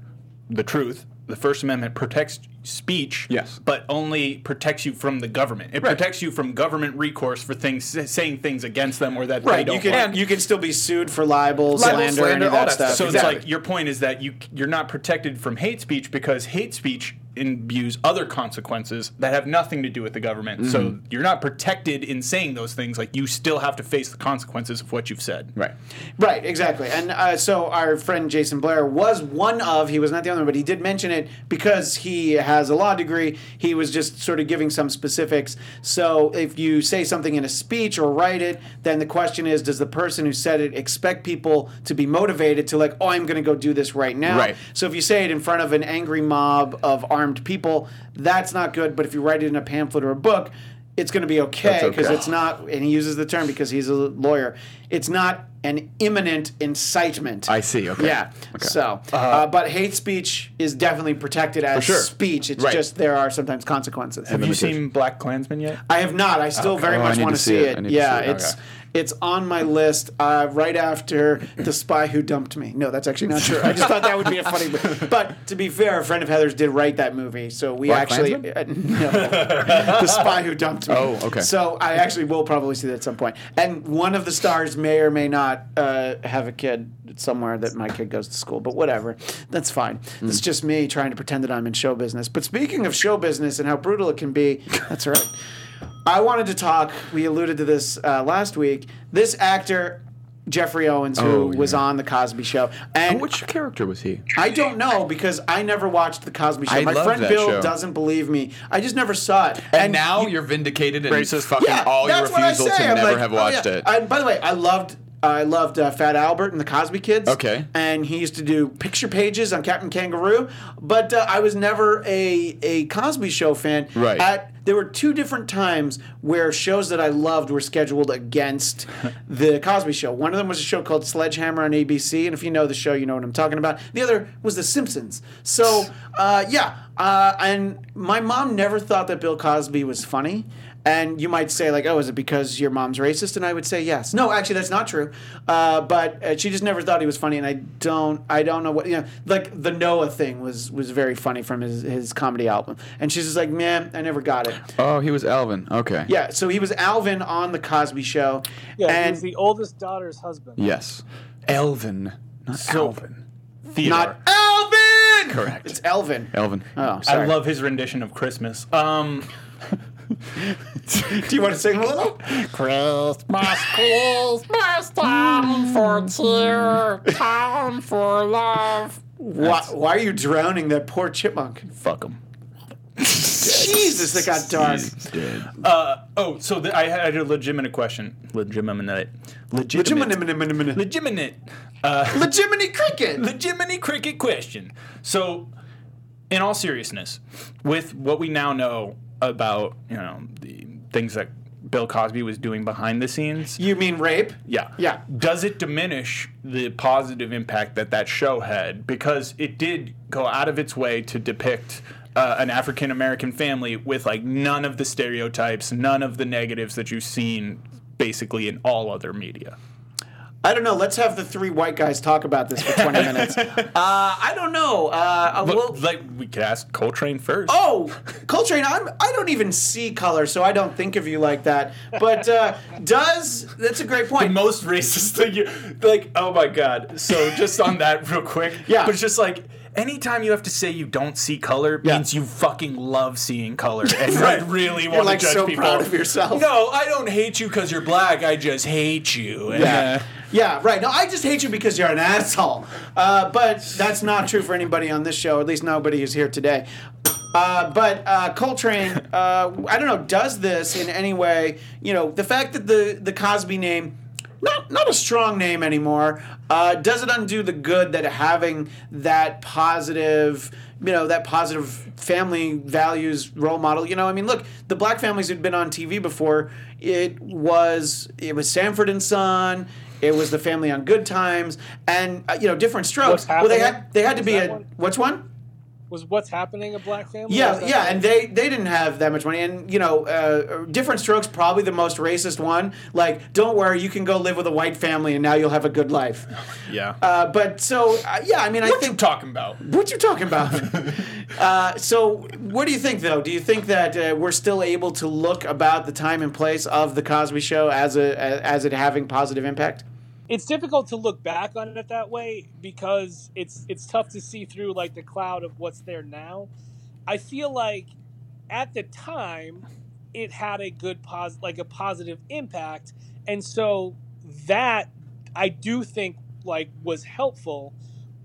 Speaker 6: the truth, the First Amendment protects speech,
Speaker 8: Yes.
Speaker 6: but only protects you from the government. It protects you from government recourse for things saying things against them or that they
Speaker 4: Right,
Speaker 6: don't
Speaker 4: you can
Speaker 6: like.
Speaker 4: you can still be sued for libel, slander,
Speaker 10: slander,
Speaker 4: any of
Speaker 10: all
Speaker 4: that,
Speaker 10: that
Speaker 4: stuff.
Speaker 10: stuff.
Speaker 6: So
Speaker 4: Exactly.
Speaker 6: it's like your point is that you you're not protected from hate speech because hate speech imbues other consequences that have nothing to do with the government.
Speaker 4: Mm-hmm.
Speaker 6: So you're not protected in saying those things. Like you still have to face the consequences of what you've said.
Speaker 8: Right.
Speaker 4: Right, exactly. And uh, so our friend Jason Blair was one of, he was not the only one, but he did mention it because he has a law degree. He was just sort of giving some specifics. So if you say something in a speech or write it, then the question is does the person who said it expect people to be motivated to, like, oh, I'm going to go do this right now?
Speaker 8: Right.
Speaker 4: So if you say it in front of an angry mob of armed people, that's not good. But if you write it in a pamphlet or a book, it's going to be okay because it's not. And he uses the term because he's a lawyer. It's not an imminent incitement.
Speaker 10: I see, okay. Uh-huh.
Speaker 4: Yeah. So, uh, but hate speech is definitely protected as
Speaker 10: sure.
Speaker 4: speech. It's
Speaker 10: Right.
Speaker 4: just there are sometimes consequences.
Speaker 6: Have you seen Black Klansman yet?
Speaker 4: I have not. I still very
Speaker 10: Oh, I
Speaker 4: much
Speaker 10: need
Speaker 4: want
Speaker 10: to
Speaker 4: to
Speaker 10: see
Speaker 4: see
Speaker 10: it.
Speaker 4: it.
Speaker 10: I need to
Speaker 4: Yeah,
Speaker 10: see it.
Speaker 4: it's
Speaker 10: Okay.
Speaker 4: it's on my list uh, right after The Spy Who Dumped Me. No, that's actually not true. I just thought that would be a funny movie. But to be fair, a friend of Heather's did write that movie, so we
Speaker 10: Black
Speaker 4: actually uh, no, The Spy Who Dumped Me.
Speaker 10: Oh, okay.
Speaker 4: So I actually will probably see that at some point. And one of the stars may or may not uh, have a kid somewhere that my kid goes to school, but whatever. That's fine.
Speaker 10: Hmm.
Speaker 4: It's just me trying to pretend that I'm in show business. But speaking of show business and how brutal it can be, that's all right. I wanted to talk. We alluded to this uh, last week. This actor, Jeffrey Owens, who
Speaker 10: Oh,
Speaker 4: was
Speaker 10: yeah.
Speaker 4: on the Cosby Show, and
Speaker 10: Which character was he?
Speaker 4: I don't know because I never watched the Cosby Show.
Speaker 10: I
Speaker 4: My
Speaker 10: love
Speaker 4: friend
Speaker 10: that
Speaker 4: Bill
Speaker 10: show.
Speaker 4: doesn't believe me. I just never saw it.
Speaker 8: And, now you, are vindicated and racist fucking
Speaker 4: yeah,
Speaker 8: all your
Speaker 4: that's what I
Speaker 8: refusal to
Speaker 4: say. I'm
Speaker 8: never
Speaker 4: like,
Speaker 8: have
Speaker 4: oh,
Speaker 8: watched
Speaker 4: yeah.
Speaker 8: it.
Speaker 4: I- by the way, I loved. I loved uh, Fat Albert and the Cosby Kids.
Speaker 8: Okay.
Speaker 4: and he used to do picture pages on Captain Kangaroo, but uh, I was never a a Cosby Show fan.
Speaker 8: Right.
Speaker 4: At, there were two different times where shows that I loved were scheduled against the Cosby Show. One of them was a show called Sledgehammer on ABC, and if you know the show, you know what I'm talking about. The other was The Simpsons. So, uh, yeah, uh, and my mom never thought that Bill Cosby was funny. And you might say, like, oh, is it because your mom's racist? And I would say yes. No, actually, that's not true. Uh, but uh, she just never thought he was funny, and I don't, I don't know what you know. Like the Noah thing was was very funny from his his comedy album, and she's just like, man, I never got it.
Speaker 10: Oh, he was Alvin. Okay.
Speaker 4: Yeah, so he was Alvin on the Cosby Show,
Speaker 7: Yeah, he
Speaker 4: and
Speaker 7: was the oldest daughter's husband.
Speaker 10: Yes. Elvin, not Alvin.
Speaker 6: Theodore.
Speaker 4: not Alvin.
Speaker 10: Correct.
Speaker 4: It's Elvin.
Speaker 10: Elvin.
Speaker 4: Oh,
Speaker 6: I
Speaker 4: sorry.
Speaker 6: Uh, love his rendition of Christmas. Um,
Speaker 4: Do you want to sing a little?
Speaker 13: Christmas, Christmas time for cheer, time for love.
Speaker 4: Why, why are you drowning that poor chipmunk?
Speaker 6: Fuck them.
Speaker 4: Jesus, that got dark.
Speaker 6: Uh, oh, so the, I had a legitimate question. Legitimate. Legitimate.
Speaker 4: Legiminate
Speaker 6: Legitimate. Uh,
Speaker 4: cricket.
Speaker 6: legitimate cricket question. So, in all seriousness, with what we now know about you know the things that Bill Cosby was doing behind the scenes,
Speaker 4: You mean rape?
Speaker 6: yeah,
Speaker 4: Yeah.
Speaker 6: does it diminish the positive impact that that show had because it did go out of its way to depict uh, an African American family with like none of the stereotypes, none of the negatives that you've seen basically in all other media.
Speaker 4: I don't know. Let's have the three white guys talk about this for 20 minutes. Uh, I don't know. Uh, uh,
Speaker 6: But
Speaker 4: well,
Speaker 6: like we could ask Coltrane first.
Speaker 4: oh, Coltrane, I'm, I don't even see color, so I don't think of you like that. But uh, does, that's a great
Speaker 6: the
Speaker 4: point.
Speaker 6: most racist thing you like oh my god so just on that real quick
Speaker 4: Yeah.
Speaker 6: but it's just like anytime you have to say you don't see color
Speaker 4: Yeah.
Speaker 6: means you fucking love seeing color and
Speaker 4: Right.
Speaker 6: you really
Speaker 4: You're,
Speaker 6: want
Speaker 4: like,
Speaker 6: to judge
Speaker 4: so
Speaker 6: people
Speaker 4: proud of yourself.
Speaker 6: no i don't hate you because you're black i just hate you And,
Speaker 4: Yeah.
Speaker 6: uh,
Speaker 4: Yeah, right. No, I just hate you because you're an asshole. Uh, but that's not true for anybody on this show. At least nobody is here today. Uh, but uh, Coltrane, uh, I don't know, does this in any way? You know, the fact that the the Cosby name, not not a strong name anymore, uh, does it undo the good that having that positive? You know that positive family values role model. You know, I mean, look, the black families who'd been on TV before. It was it was Sanford and Son. It was the family on Good Times, and uh, you know, different strokes.
Speaker 7: What's
Speaker 4: Well, they
Speaker 7: Happening?
Speaker 4: had they had to
Speaker 7: Is
Speaker 4: be
Speaker 7: that
Speaker 4: a
Speaker 7: one?
Speaker 4: what's one?
Speaker 7: Was what's happening a black family?
Speaker 4: Yeah,
Speaker 7: Is that
Speaker 4: yeah,
Speaker 7: right?
Speaker 4: and they they didn't have that much money, and you know, uh, different strokes probably the most racist one. Like, don't worry, you can go live with a white family, and now you'll have a good life.
Speaker 6: yeah
Speaker 4: Uh, but so uh, yeah, I mean, I
Speaker 6: what you
Speaker 4: think
Speaker 6: talking about
Speaker 4: what you talking about? uh, so, what do you think though? Do you think that uh, we're still able to look about the time and place of the Cosby Show as a as it having positive impact?
Speaker 7: it's difficult to look back on it that way because it's it's tough to see through like the cloud of what's there now. I feel like at the time it had a good pos like a positive impact, and so that I do think like was helpful.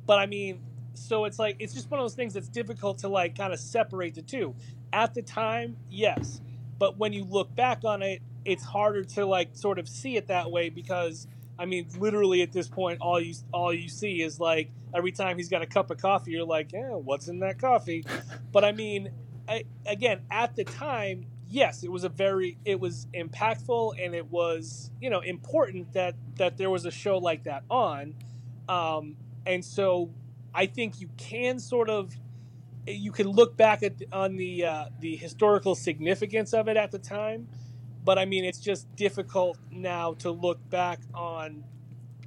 Speaker 7: But I mean, so it's like it's just one of those things that's difficult to like kind of separate the two. At the time, yes, but when you look back on it, it's harder to like sort of see it that way because I mean, literally at this point, all you all you see is like every time he's got a cup of coffee, you're like, yeah, what's in that coffee? But I mean, I, again, at the time, yes, it was a very it was impactful and it was you know important that that there was a show like that on, um, and so I think you can sort of you can look back at on the uh, the historical significance of it at the time but I mean, it's just difficult now to look back on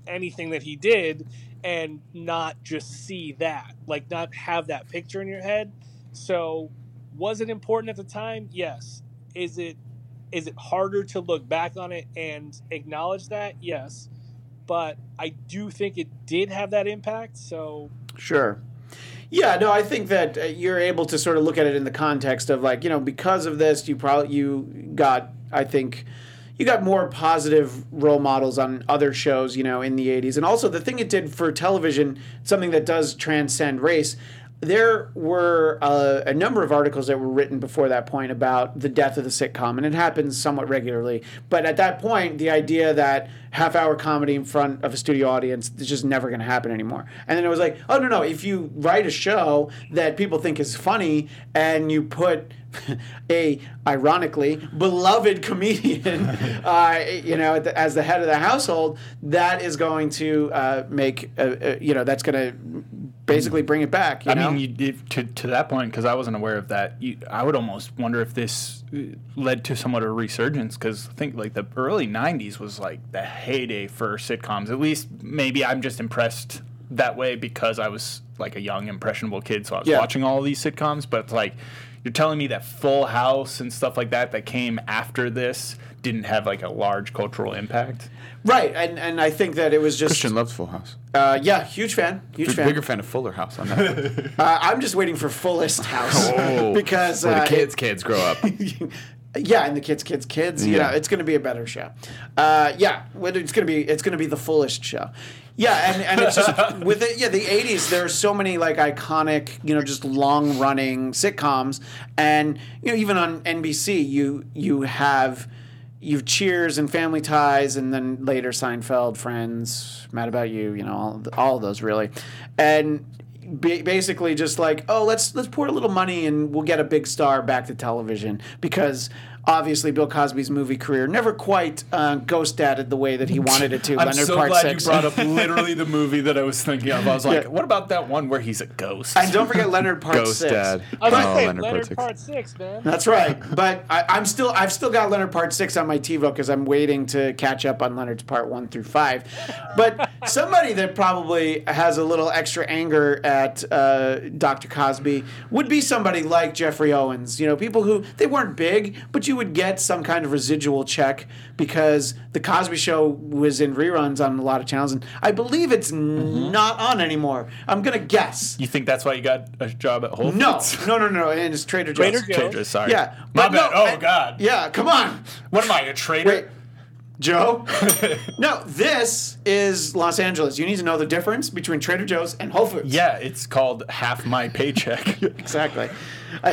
Speaker 7: anything that he did and not just see that, like not have that picture in your head. So, was it important at the time? Yes. Is it is it harder to look back on it and acknowledge that? Yes. But I do think it did have that impact. So,
Speaker 4: Sure. Yeah, no, I think that uh, you're able to sort of look at it in the context of like, you know, because of this, you probably you got, I think, you got more positive role models on other shows, you know, in the '80s, and also the thing it did for television, something that does transcend race. There were uh, a number of articles that were written before that point about the death of the sitcom, and it happens somewhat regularly. But at that point, the idea that half-hour comedy in front of a studio audience is just never going to happen anymore. And then it was like, oh no, no, if you write a show that people think is funny and you put a ironically beloved comedian, uh, you know, at the- as the head of the household, that is going to uh, make, uh, uh, you know, that's going to basically bring it back. You
Speaker 6: I
Speaker 4: know?
Speaker 6: mean, you, if, to to that point, because I wasn't aware of that. You, I would almost wonder if this uh, led to somewhat of a resurgence. Because I think like the early '90s was like the heyday for sitcoms. At least maybe I'm just impressed that way because I was like a young impressionable kid, so I was
Speaker 4: Yeah.
Speaker 6: watching all these sitcoms. But it's like you're telling me that Full House and stuff like that that came after this didn't have like a large cultural impact.
Speaker 4: right? And and I think that it was just,
Speaker 10: Christian loves Full House.
Speaker 4: uh, yeah, huge fan, huge fan.
Speaker 10: Bigger fan of Fuller House. I'm not. Oh.
Speaker 4: Uh, I'm just waiting for fullest house because
Speaker 10: Where
Speaker 4: uh,
Speaker 10: the kids, kids grow up.
Speaker 4: yeah, and the kids, kids, kids. You know, it's going to be a better show. Uh, yeah, what- it's going to be it's going to be the fullest show. Yeah, and, and it's just with it. Yeah, the '80s. There are so many like iconic, you know, just long running sitcoms, and you know, even on NBC, you you have you've Cheers and Family Ties, and then later Seinfeld, Friends, Mad About You. You know, all all of those really, and ba- basically just like, oh, let's let's pour a little money and we'll get a big star back to television because obviously Bill Cosby's movie career never quite uh, ghost added the way that he wanted it to.
Speaker 6: I'm
Speaker 4: Leonard
Speaker 6: so
Speaker 4: Part
Speaker 6: glad
Speaker 4: Six.
Speaker 6: you brought up literally the movie that I was thinking of. I was like,
Speaker 4: Yeah.
Speaker 6: what about that one where he's a ghost?
Speaker 4: and don't forget Leonard Part
Speaker 6: Ghost
Speaker 4: Six.
Speaker 6: Dad.
Speaker 7: I was
Speaker 6: Oh,
Speaker 7: gonna say
Speaker 6: Leonard
Speaker 7: Leonard,
Speaker 6: Part
Speaker 7: Part, Six, man.
Speaker 4: That's right, but I, I'm still I've still got Leonard Part Six on my TiVo because I'm waiting to catch up on Leonard's Part One through Five. But somebody that probably has a little extra anger at uh, Dr. Cosby would be somebody like Jeffrey Owens. You know, people who they weren't big, but you would get some kind of residual check because the Cosby Show was in reruns on a lot of channels, and I believe it's not on anymore. I'm gonna guess.
Speaker 6: You think that's why you got a job at Whole
Speaker 4: No,
Speaker 6: Foods?
Speaker 4: no, no, no, and it's Trader Joe's.
Speaker 7: Trader Joe's.
Speaker 6: Trader, sorry.
Speaker 4: Yeah,
Speaker 6: My
Speaker 4: but
Speaker 6: bad.
Speaker 4: no,
Speaker 6: oh,
Speaker 4: I-
Speaker 6: God.
Speaker 4: Yeah, come on.
Speaker 6: What am I, a traitor?
Speaker 4: Wait, Joe? no, this is Los Angeles. You need to know the difference between Trader Joe's and Whole Foods.
Speaker 6: Yeah, it's called Half My Paycheck.
Speaker 4: exactly. I-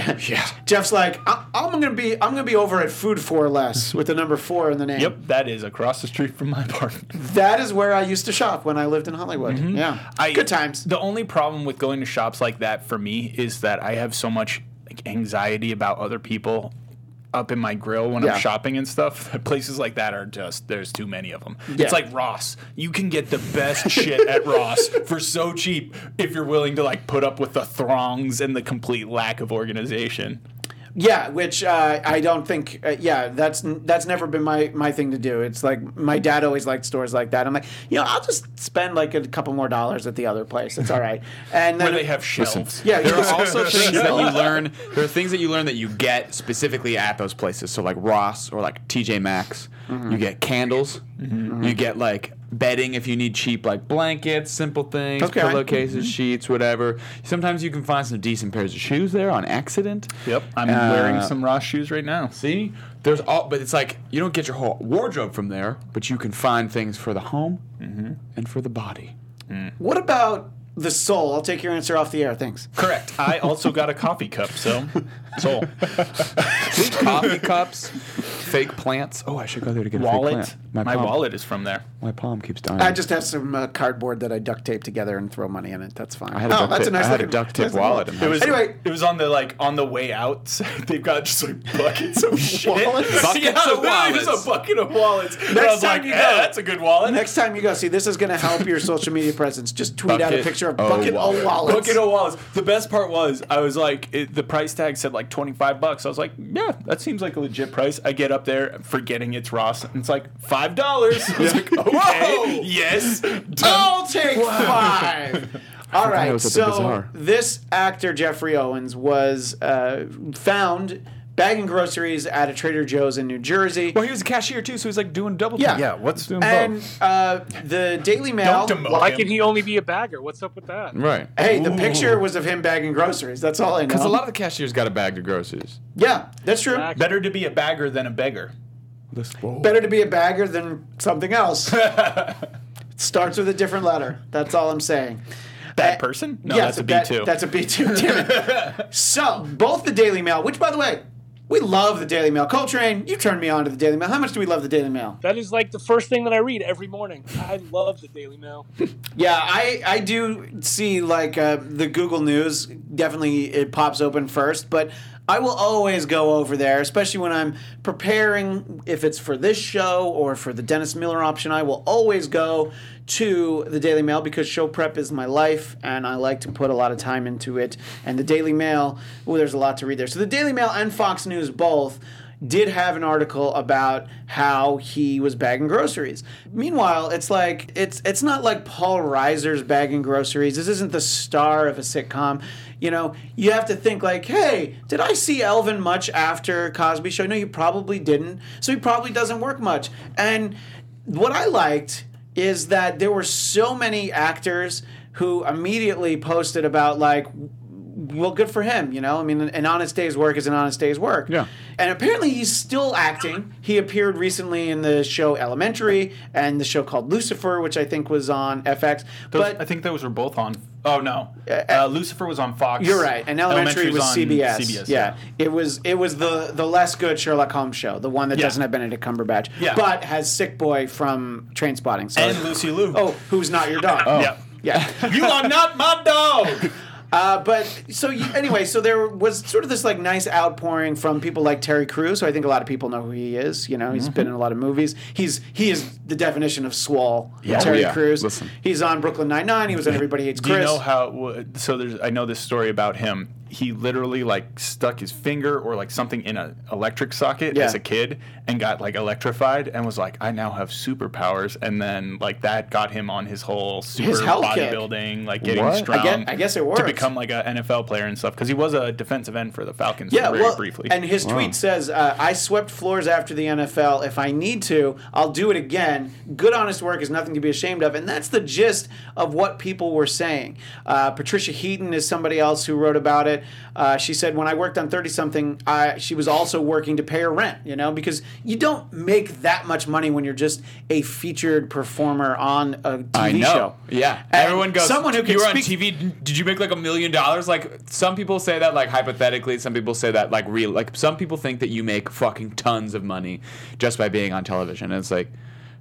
Speaker 4: Jeff's like, I- I'm gonna be, I'm gonna be over at Food for Less with the number four in the name.
Speaker 6: yep, that is across the street from my apartment.
Speaker 4: That is where I used to shop when I lived in Hollywood. Yeah,
Speaker 6: Mm-hmm. I,
Speaker 4: good times.
Speaker 6: The only problem with going to shops like that for me is that I have so much like, anxiety about other people up in my grill when
Speaker 4: Yeah.
Speaker 6: I'm shopping and stuff. Places like that are just there's too many of them.
Speaker 4: Yeah.
Speaker 6: It's like Ross. You can get the best shit at Ross for so cheap if you're willing to like put up with the throngs and the complete lack of organization.
Speaker 4: Yeah, which uh, I don't think. Uh, yeah, that's that's never been my my thing to do. It's like my dad always liked stores like that. I'm like, you know, I'll just spend like a couple more dollars at the other place. It's all right. And then
Speaker 6: Where they have shelves.
Speaker 4: Yeah,
Speaker 8: There are also things that you learn. There are things that you learn that you get specifically at those places. So like Ross or like TJ Maxx, you get candles. You get like bedding if you need cheap like blankets, simple things,
Speaker 4: Okay.
Speaker 8: pillowcases, sheets, whatever. Sometimes you can find some decent pairs of shoes there on accident.
Speaker 6: Yep, I'm
Speaker 8: Uh,
Speaker 6: wearing some Ross shoes right now.
Speaker 8: See, there's all, but it's like you don't get your whole wardrobe from there, but you can find things for the home and for the body.
Speaker 4: What about the soul? I'll take your answer off the air. Thanks.
Speaker 6: Correct. I also got a coffee cup, so soul.
Speaker 8: Coffee cups, fake plants. Oh, I should go there to get a fake
Speaker 6: Wallet.
Speaker 8: plant.
Speaker 6: My,
Speaker 8: palm-
Speaker 6: wallet is from there.
Speaker 8: My palm keeps dying.
Speaker 4: I just have some uh, cardboard that I duct tape together and throw money in it. That's fine.
Speaker 8: I had a
Speaker 4: oh,
Speaker 8: duct
Speaker 4: that's
Speaker 8: tape-
Speaker 4: a nice
Speaker 8: I had a
Speaker 4: looking-
Speaker 8: duct tape
Speaker 4: nice looking
Speaker 8: wallet
Speaker 4: one.
Speaker 8: in my- It was-
Speaker 4: anyway,
Speaker 6: It was on the like on the way out. They've got just like buckets of shit.
Speaker 4: Wallets?
Speaker 8: Buckets
Speaker 6: yeah,
Speaker 8: of
Speaker 6: literally just
Speaker 8: wallets.
Speaker 6: a bucket of wallets. And
Speaker 4: Next
Speaker 6: I was
Speaker 4: time
Speaker 6: like,
Speaker 4: you
Speaker 6: yeah,
Speaker 4: go-
Speaker 6: that's a good wallet.
Speaker 4: next time you go, see, this is going to help your social media presence. Just tweet out a
Speaker 8: Bucket
Speaker 4: picture of
Speaker 8: o'
Speaker 4: bucket o'
Speaker 8: wallet.
Speaker 4: wallets.
Speaker 6: bucket of wallets. The best part was I was like, it, the price tag said like twenty five bucks. I was like, yeah, that seems like a legit price. I get up there, forgetting it's Ross, and it's like five dollars. I was like, okay, yes,
Speaker 4: I'll take five. All
Speaker 8: I
Speaker 4: right.
Speaker 8: was at the
Speaker 4: So
Speaker 8: bazaar.
Speaker 4: this actor Jeffrey Owens was uh, found bagging groceries at a Trader Joe's in New Jersey.
Speaker 6: Oh,
Speaker 8: he was a cashier too, so he's like doing double.
Speaker 4: Yeah.
Speaker 8: Yeah.
Speaker 6: what's doing
Speaker 4: and uh, the Daily Mail.
Speaker 6: Don't demote
Speaker 7: Why
Speaker 6: him.
Speaker 7: can he only be a bagger? What's up with that?
Speaker 8: Right.
Speaker 4: Hey, the picture was of him bagging groceries. That's all I know.
Speaker 8: Because a lot of the cashiers got a bag of groceries.
Speaker 4: yeah, that's true.
Speaker 7: Back-
Speaker 6: Better to be a bagger than a beggar.
Speaker 4: Better to be a bagger than something else. it starts with a different letter. That's all I'm saying.
Speaker 6: Bad
Speaker 4: Uh,
Speaker 6: person? No,
Speaker 4: yeah,
Speaker 6: that's
Speaker 4: so
Speaker 6: a B
Speaker 4: that-
Speaker 6: two.
Speaker 4: That's a B2. Damn it. so, both the Daily Mail, which, by the way, we love the Daily Mail. Coltrane, you turned me on to the Daily Mail. How much do we love the Daily Mail?
Speaker 7: That is like the first thing that I read every morning. I love the Daily Mail.
Speaker 4: Yeah, I, I do see like uh, the Google News definitely it pops open first, but I will always go over there, especially when I'm preparing if it's for this show or for the Dennis Miller option. I will always go to the Daily Mail because show prep is my life and I like to put a lot of time into it. And the Daily Mail, well, there's a lot to read there. So the Daily Mail and Fox News both did have an article about how he was bagging groceries. Meanwhile, it's like it's it's not like Paul Reiser's bagging groceries. This isn't the star of a sitcom. You know, you have to think like, hey, did I see Elvin much after Cosby Show? No, you probably didn't. So he probably doesn't work much. And what I liked is that there were so many actors who immediately posted about like well, good for him. You know, I mean, an- an honest day's work is an honest day's work.
Speaker 6: Yeah.
Speaker 4: And apparently, he's still acting. He appeared recently in the show Elementary and the show called Lucifer, which I think was on FX.
Speaker 6: Those,
Speaker 4: but
Speaker 6: I think those were both on. Oh no, uh, Lucifer was on Fox.
Speaker 4: You're right. And elementary, was
Speaker 6: on
Speaker 4: CBS.
Speaker 6: CBS,
Speaker 4: yeah. it was it was the the less good Sherlock Holmes show, the one that
Speaker 6: Yeah.
Speaker 4: doesn't have Benedict Cumberbatch,
Speaker 6: Yeah.
Speaker 4: but has Sick Boy from Train Spotting. So
Speaker 5: And Lucy Liu.
Speaker 4: oh, who's not your dog? oh.
Speaker 6: Yeah.
Speaker 4: yeah.
Speaker 5: You are not my dog.
Speaker 4: Uh, but so you, anyway, so there was sort of this like nice outpouring from people like Terry Crews, who I think a lot of people know who he is. You know, he's been in a lot of movies. He's he is the definition of swall. Terry
Speaker 10: yeah.
Speaker 4: Crews.
Speaker 10: Listen.
Speaker 4: He's on Brooklyn Nine Nine. He was on Everybody Hates
Speaker 6: Do you
Speaker 4: Chris.
Speaker 6: know how? w- So there's. I know this story about him. He literally like stuck his finger or like something in an electric socket
Speaker 4: Yeah.
Speaker 6: as a kid and got like electrified and was like, I now have superpowers. And then like that got him on his whole super
Speaker 4: His hell kick.
Speaker 6: bodybuilding, like getting
Speaker 10: What? I
Speaker 6: strong.
Speaker 4: guess- I guess it
Speaker 6: to
Speaker 4: works.
Speaker 6: become like an NFL player and stuff because he was a defensive end for the Falcons.
Speaker 4: Yeah,
Speaker 6: very
Speaker 4: well,
Speaker 6: briefly.
Speaker 4: and his tweet says, uh, "I swept floors after the NFL. If I need to, I'll do it again. Good, honest work is nothing to be ashamed of." And that's the gist of what people were saying. Uh, Patricia Heaton is somebody else who wrote about it. Uh, she said, "When I worked on Thirty Something, I she was also working to pay her rent. You know, because you don't make that much money when you're just a featured performer on a TV
Speaker 10: I know.
Speaker 4: show.
Speaker 10: Yeah,
Speaker 4: And
Speaker 10: everyone goes.
Speaker 4: Someone who can
Speaker 10: you were on
Speaker 4: speak
Speaker 10: TV. Did you make like a million dollars? Like some people say that, like hypothetically. Some people say that, like real. Like some people think that you make fucking tons of money just by being on television. And it's like,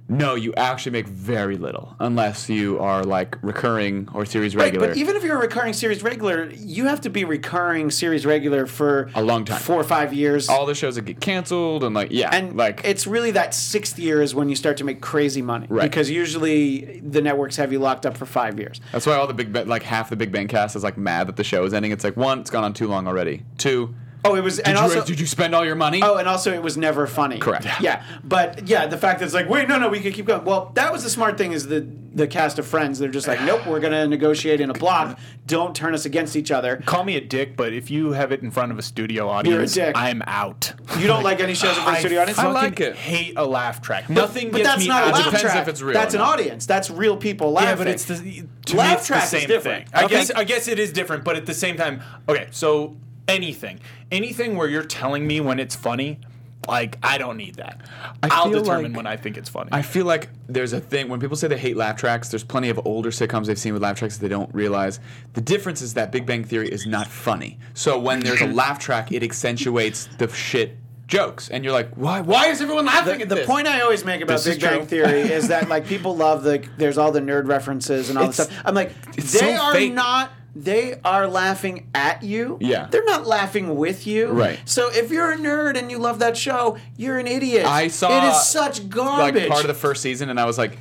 Speaker 10: no, you actually make very little unless you are like recurring or series
Speaker 4: Right,
Speaker 10: regular.
Speaker 4: but even if you're a recurring series regular, you have to be recurring series regular for
Speaker 10: A long time.
Speaker 4: four or five years.
Speaker 10: all the shows that get canceled and like yeah,
Speaker 4: and
Speaker 10: like
Speaker 4: it's really that sixth year is when you start to make crazy money,
Speaker 10: Right.
Speaker 4: Because usually the networks have you locked up for five years.
Speaker 10: That's why all the big Ba- like half the Big Bang cast is like mad that the show is ending. It's like one, it's gone on too long already. Two,
Speaker 4: Oh, it was,
Speaker 10: did,
Speaker 4: and
Speaker 10: you, uh,
Speaker 4: also,
Speaker 10: did you spend all your money?
Speaker 4: oh, and also it was never funny.
Speaker 10: Correct.
Speaker 4: Yeah, but yeah, the fact that it's like, wait, no, no, we could keep going. Well, that was the smart thing is the the cast of Friends. They're just like, nope, we're gonna negotiate in a block. Don't turn us against each other.
Speaker 6: Call me a dick, but if you have it in front of a studio audience,
Speaker 4: dick.
Speaker 6: I'm out.
Speaker 4: You don't like any shows in front of studio audience?
Speaker 6: I
Speaker 10: like
Speaker 6: fucking
Speaker 10: it.
Speaker 6: Hate a laugh track. Nothing.
Speaker 4: But
Speaker 6: gets
Speaker 4: that's
Speaker 6: me
Speaker 4: not a
Speaker 6: out of-
Speaker 4: laugh
Speaker 10: Depends
Speaker 4: track.
Speaker 10: if it's real or
Speaker 4: That's an
Speaker 10: not.
Speaker 4: audience. That's real people laughing.
Speaker 5: Yeah, but it's the to
Speaker 4: Laugh
Speaker 5: me, it's
Speaker 4: track
Speaker 5: the
Speaker 4: is
Speaker 5: same
Speaker 4: different.
Speaker 5: thing. I
Speaker 4: Okay.
Speaker 5: guess I guess it is different, but at the same time, okay. So anything, anything where you're telling me when it's funny, like I don't need that.
Speaker 10: I
Speaker 5: I will
Speaker 10: feel
Speaker 5: determine
Speaker 10: like-
Speaker 5: when I think it's funny.
Speaker 10: I feel like there's a thing when people say they hate laugh tracks. There's plenty of older sitcoms they've seen with laugh tracks that they don't realize. The difference is that Big Bang Theory is not funny. So when there's a laugh track, it accentuates the shit jokes, and you're like, why? Why is everyone laughing at
Speaker 4: the
Speaker 10: this?
Speaker 4: point I always make about
Speaker 10: This is
Speaker 4: Big Bang
Speaker 10: true.
Speaker 4: Theory is that like people love the there's all the nerd references and all this
Speaker 10: It's-
Speaker 4: stuff. I'm like,
Speaker 10: it's
Speaker 4: they
Speaker 10: so
Speaker 4: are
Speaker 10: fake.
Speaker 4: not. They are laughing at you.
Speaker 10: Yeah.
Speaker 4: they're not laughing with you.
Speaker 10: Right.
Speaker 4: So if you're a nerd and you love that show, you're an idiot.
Speaker 10: I saw
Speaker 4: it is such garbage.
Speaker 10: like part of the first season, and I was like,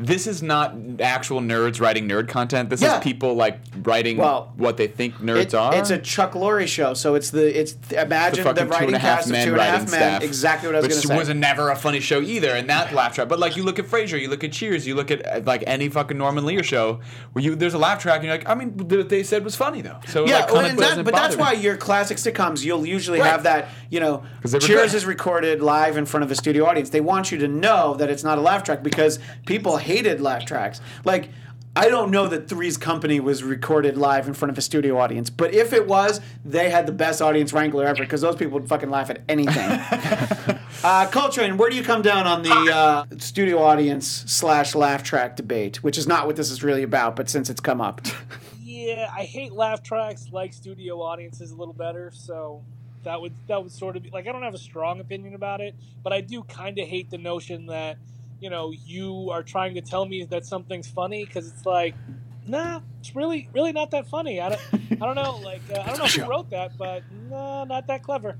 Speaker 10: this is not actual nerds writing nerd content. This
Speaker 4: Yeah.
Speaker 10: is people like writing
Speaker 4: Well,
Speaker 10: what they think nerds
Speaker 4: It-
Speaker 10: are.
Speaker 4: It's a Chuck Lorre show, so it's the it's the, imagine the,
Speaker 10: fucking Two
Speaker 4: writing
Speaker 10: and a Half
Speaker 4: cast of
Speaker 10: Men
Speaker 4: Two and a Half
Speaker 10: writing
Speaker 4: Men.
Speaker 10: staff,
Speaker 4: Exactly what I was going
Speaker 10: which
Speaker 4: to say.
Speaker 10: was never a funny show either, and that laugh track. But like, you look at Frasier, you look at Cheers, you look at uh, like any fucking Norman Lear show where you there's a laugh track, and you're like, I mean, th- they said was funny though. So
Speaker 4: Yeah,
Speaker 10: like,
Speaker 4: well,
Speaker 10: kind of
Speaker 4: and that,
Speaker 10: doesn't
Speaker 4: but that's
Speaker 10: bother
Speaker 4: why
Speaker 10: me.
Speaker 4: your classic sitcoms, you'll usually
Speaker 10: Right.
Speaker 4: have that, you know,
Speaker 10: 'Cause they
Speaker 4: Cheers
Speaker 10: regret-
Speaker 4: is recorded live in front of a studio audience. They want you to know that it's not a laugh track because people hated laugh tracks. Like, I don't know that Three's Company was recorded live in front of a studio audience, but if it was, they had the best audience wrangler ever because those people would fucking laugh at anything. uh, Coltrane, where do you come down on the uh, studio audience slash laugh track debate, which is not what this is really about, but since it's come up?
Speaker 7: Yeah, I hate laugh tracks. Like studio audiences a little better, so that would that would sort of be like I don't have a strong opinion about it, but I do kind of hate the notion that you know you are trying to tell me that something's funny because it's like, nah, it's really really not that funny. I don't I don't know like uh, I don't know who wrote that, but nah, not that clever.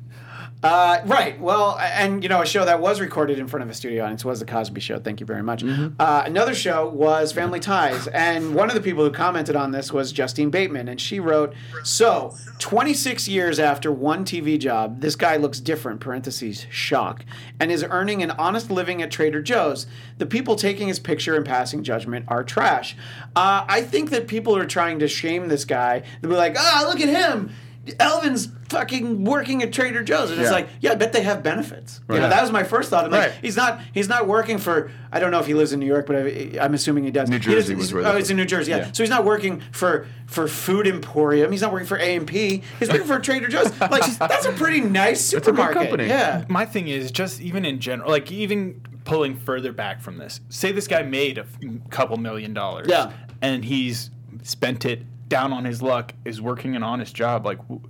Speaker 4: Uh, right. Well, a- and you know, a show that was recorded in front of a studio audience was The Cosby Show. Thank you very much. Uh, another show was Family Ties, and one of the people who commented on this was Justine Bateman, and she wrote, "So, 26 years after one TV job, this guy looks different." Parentheses shock, and is earning an honest living at Trader Joe's. The people taking his picture and passing judgment are trash. Uh, I think that people are trying to shame this guy. They'll be like, "Ah, look at him." Elvin's fucking working at Trader Joe's, and it's
Speaker 10: Yeah.
Speaker 4: like, yeah, I bet they have benefits. You know,
Speaker 10: Right.
Speaker 4: that was my first thought. I'm like,
Speaker 10: Right.
Speaker 4: he's not he's not working for. I don't know if he lives in New York, but I, I'm assuming he does.
Speaker 10: New
Speaker 4: He
Speaker 10: Jersey
Speaker 4: doesn't-
Speaker 10: was
Speaker 4: he's-
Speaker 10: where
Speaker 4: Oh,
Speaker 10: that
Speaker 4: it's in New Jersey. Yeah.
Speaker 10: Yeah.
Speaker 4: So he's not working for for Food Emporium. He's not working for A and P. He's working for Trader Joe's. Like that's a pretty nice
Speaker 10: a good
Speaker 4: supermarket.
Speaker 10: company.
Speaker 4: Yeah.
Speaker 6: my thing is just even in general, like even pulling further back from this. Say this guy made a f- couple million dollars,
Speaker 4: Yeah.
Speaker 6: and he's spent it down on his luck, is working an honest job. Like, wh-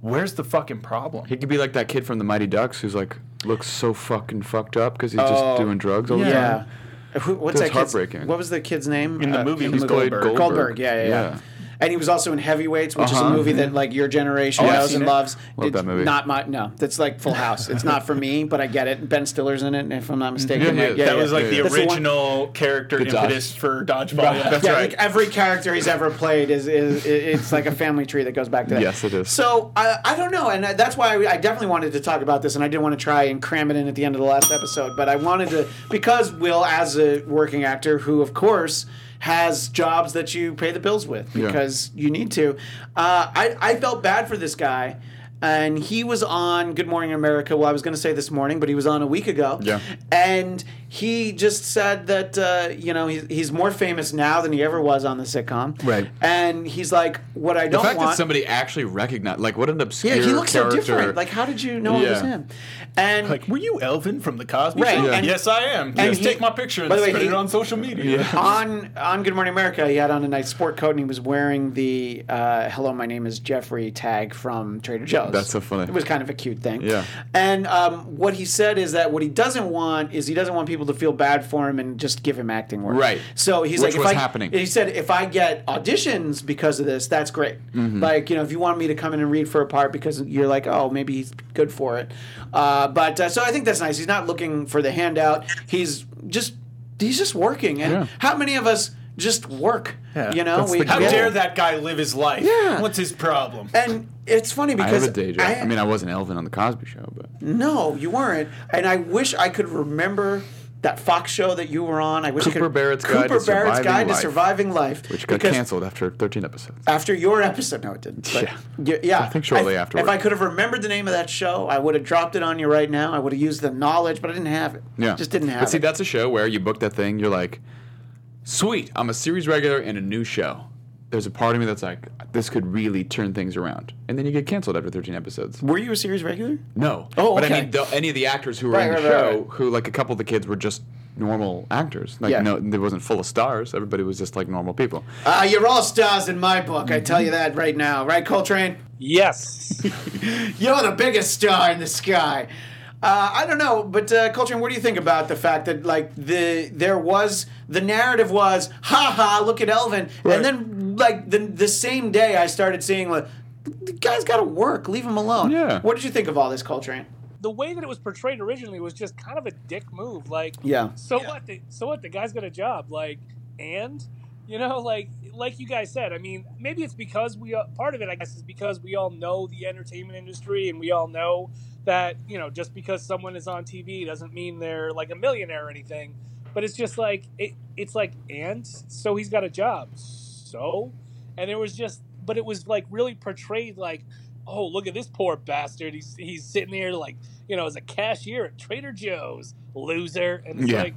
Speaker 6: where's the fucking problem?
Speaker 10: He could be like that kid from the Mighty Ducks who's like looks so fucking fucked up because he's just doing drugs all the
Speaker 4: Oh, Yeah.
Speaker 10: time.
Speaker 4: Who, what's
Speaker 10: That's
Speaker 4: that kid's,
Speaker 10: heartbreaking.
Speaker 4: What was the kid's name Uh,
Speaker 6: In the movie, he's
Speaker 10: played
Speaker 4: Goldberg.
Speaker 10: Goldberg.
Speaker 4: Goldberg, yeah, yeah, yeah.
Speaker 10: Yeah.
Speaker 4: And he was also in Heavyweights, which is a
Speaker 10: Uh-huh.
Speaker 4: movie that like your generation
Speaker 6: Oh, I've
Speaker 4: knows
Speaker 6: seen
Speaker 4: and
Speaker 6: it.
Speaker 4: loves.
Speaker 10: Love
Speaker 4: It's
Speaker 10: that movie.
Speaker 4: Not my no. That's like Full House. It's not for me, but I get it. Ben Stiller's in it, if I'm not mistaken.
Speaker 10: Mm-hmm. Yeah,
Speaker 4: Like,
Speaker 10: yeah. That was, like,
Speaker 4: That's one-
Speaker 6: character
Speaker 10: dodge.
Speaker 6: for dodgeball. Yeah.
Speaker 4: yeah, like every character he's ever played is, is it's like a family tree that goes back to that.
Speaker 10: Yes, it is.
Speaker 4: So I, I don't know, and uh, that's why I, I definitely wanted to talk about this, and I didn't want to try and cram it in at the end of the last episode, but I wanted to because Will, as a working actor, who of course has jobs that you pay the bills with because you need to. Uh, I I felt bad for this guy. And he was on Good Morning America. Well, I was going to say this morning, but he was on a week ago.
Speaker 10: Yeah.
Speaker 4: And he just said that, uh, you know, he's, he's more famous now than he ever was on the sitcom.
Speaker 10: Right.
Speaker 4: And he's like, what I
Speaker 10: The
Speaker 4: don't
Speaker 10: fact
Speaker 4: want.
Speaker 10: that somebody actually recognized, like, what an obscure
Speaker 4: yeah, he looks
Speaker 10: character.
Speaker 4: so different. Like, how did you know it was
Speaker 10: Yeah.
Speaker 4: him? And
Speaker 6: Like, were you Elvin from the Cosby
Speaker 4: Right,
Speaker 6: Show?
Speaker 4: Yeah. and-
Speaker 6: yes, I am. Please
Speaker 4: he-
Speaker 6: take my picture and
Speaker 4: by the way,
Speaker 6: spread
Speaker 4: he-
Speaker 6: it on social media.
Speaker 4: on on Good Morning America, he had on a nice sport coat and he was wearing the uh, "Hello, my name is Jeffrey" tag from Trader Joe's.
Speaker 10: That's so funny.
Speaker 4: It was kind of a cute thing.
Speaker 10: Yeah.
Speaker 4: And um, what he said is that what he doesn't want is he doesn't want people to feel bad for him and just give him acting work.
Speaker 10: Right.
Speaker 4: So he's
Speaker 10: Which
Speaker 4: like,
Speaker 10: was
Speaker 4: if I,
Speaker 10: happening.
Speaker 4: He said, if I get auditions because of this, that's great.
Speaker 10: Mm-hmm.
Speaker 4: Like, you know, if you want me to come in and read for a part because you're like, oh, maybe he's good for it. Uh, but uh, so I think that's nice. He's not looking for the handout. He's just he's just working. And how many of us just work? you know, we
Speaker 6: How
Speaker 4: yeah.
Speaker 6: dare that guy live his life?
Speaker 4: Yeah.
Speaker 6: What's his problem?
Speaker 4: And it's funny
Speaker 10: I
Speaker 4: because
Speaker 10: have a day job. I, mean, I wasn't Elvin on the Cosby Show, but
Speaker 4: no, you weren't. And I wish I could remember. That Fox show that you were on, I wish I
Speaker 10: Cooper
Speaker 4: could.
Speaker 10: Barrett's Guide
Speaker 4: Cooper
Speaker 10: to
Speaker 4: Barrett's
Speaker 10: Surviving
Speaker 4: Guide to
Speaker 10: Life.
Speaker 4: Surviving Life,
Speaker 10: which got
Speaker 4: because-
Speaker 10: canceled after 13 episodes.
Speaker 4: after your episode. No, it didn't. But
Speaker 10: Yeah.
Speaker 4: y- yeah.
Speaker 10: I think shortly afterward.
Speaker 4: If I could have remembered the name of that show, I would have dropped it on you right now. I would have used the knowledge, but I didn't have it.
Speaker 10: Yeah.
Speaker 4: Just didn't have
Speaker 10: But see,
Speaker 4: it.
Speaker 10: that's a show where you book that thing, you're like, sweet, I'm a series regular in a new show. There's a part of me that's like, this could really turn things around. And then you get canceled after 13 episodes.
Speaker 4: Were you a series regular?
Speaker 10: No.
Speaker 4: Oh,
Speaker 10: But
Speaker 4: okay.
Speaker 10: I mean, the, any of the actors who were
Speaker 4: Right,
Speaker 10: in the
Speaker 4: right, right,
Speaker 10: show,
Speaker 4: right.
Speaker 10: who, like, a couple of the kids were just normal actors. Like,
Speaker 4: Yeah.
Speaker 10: no, it wasn't full of stars. Everybody was just, like, normal people.
Speaker 4: Uh, you're all stars in my book. I tell you that right now. Right, Coltrane?
Speaker 7: Yes.
Speaker 4: You're the biggest star in the sky. Uh, I don't know, but uh, Coltrane, what do you think about the fact that like the there was the narrative was ha ha look at Elvin, and then like the the same day I started seeing like the guy's got to work, leave him alone.
Speaker 10: Yeah.
Speaker 4: What did you think of all this, Coltrane?
Speaker 7: the way that it was portrayed originally was just kind of a dick move. Like,
Speaker 4: Yeah.
Speaker 7: So what? The, so what? The guy's got a job. Like, and you know, like, like you guys said. I mean, maybe it's because we all- part of it, I guess, is because we all know the entertainment industry, and we all know that you know, just because someone is on TV doesn't mean they're like a millionaire or anything. But it's just like it, it's like, and so he's got a job. So, and it was just, but it was like really portrayed like. Oh, look at this poor bastard. He's, he's sitting there like you know, as a cashier at Trader Joe's, loser. And it's
Speaker 10: Yeah.
Speaker 7: like,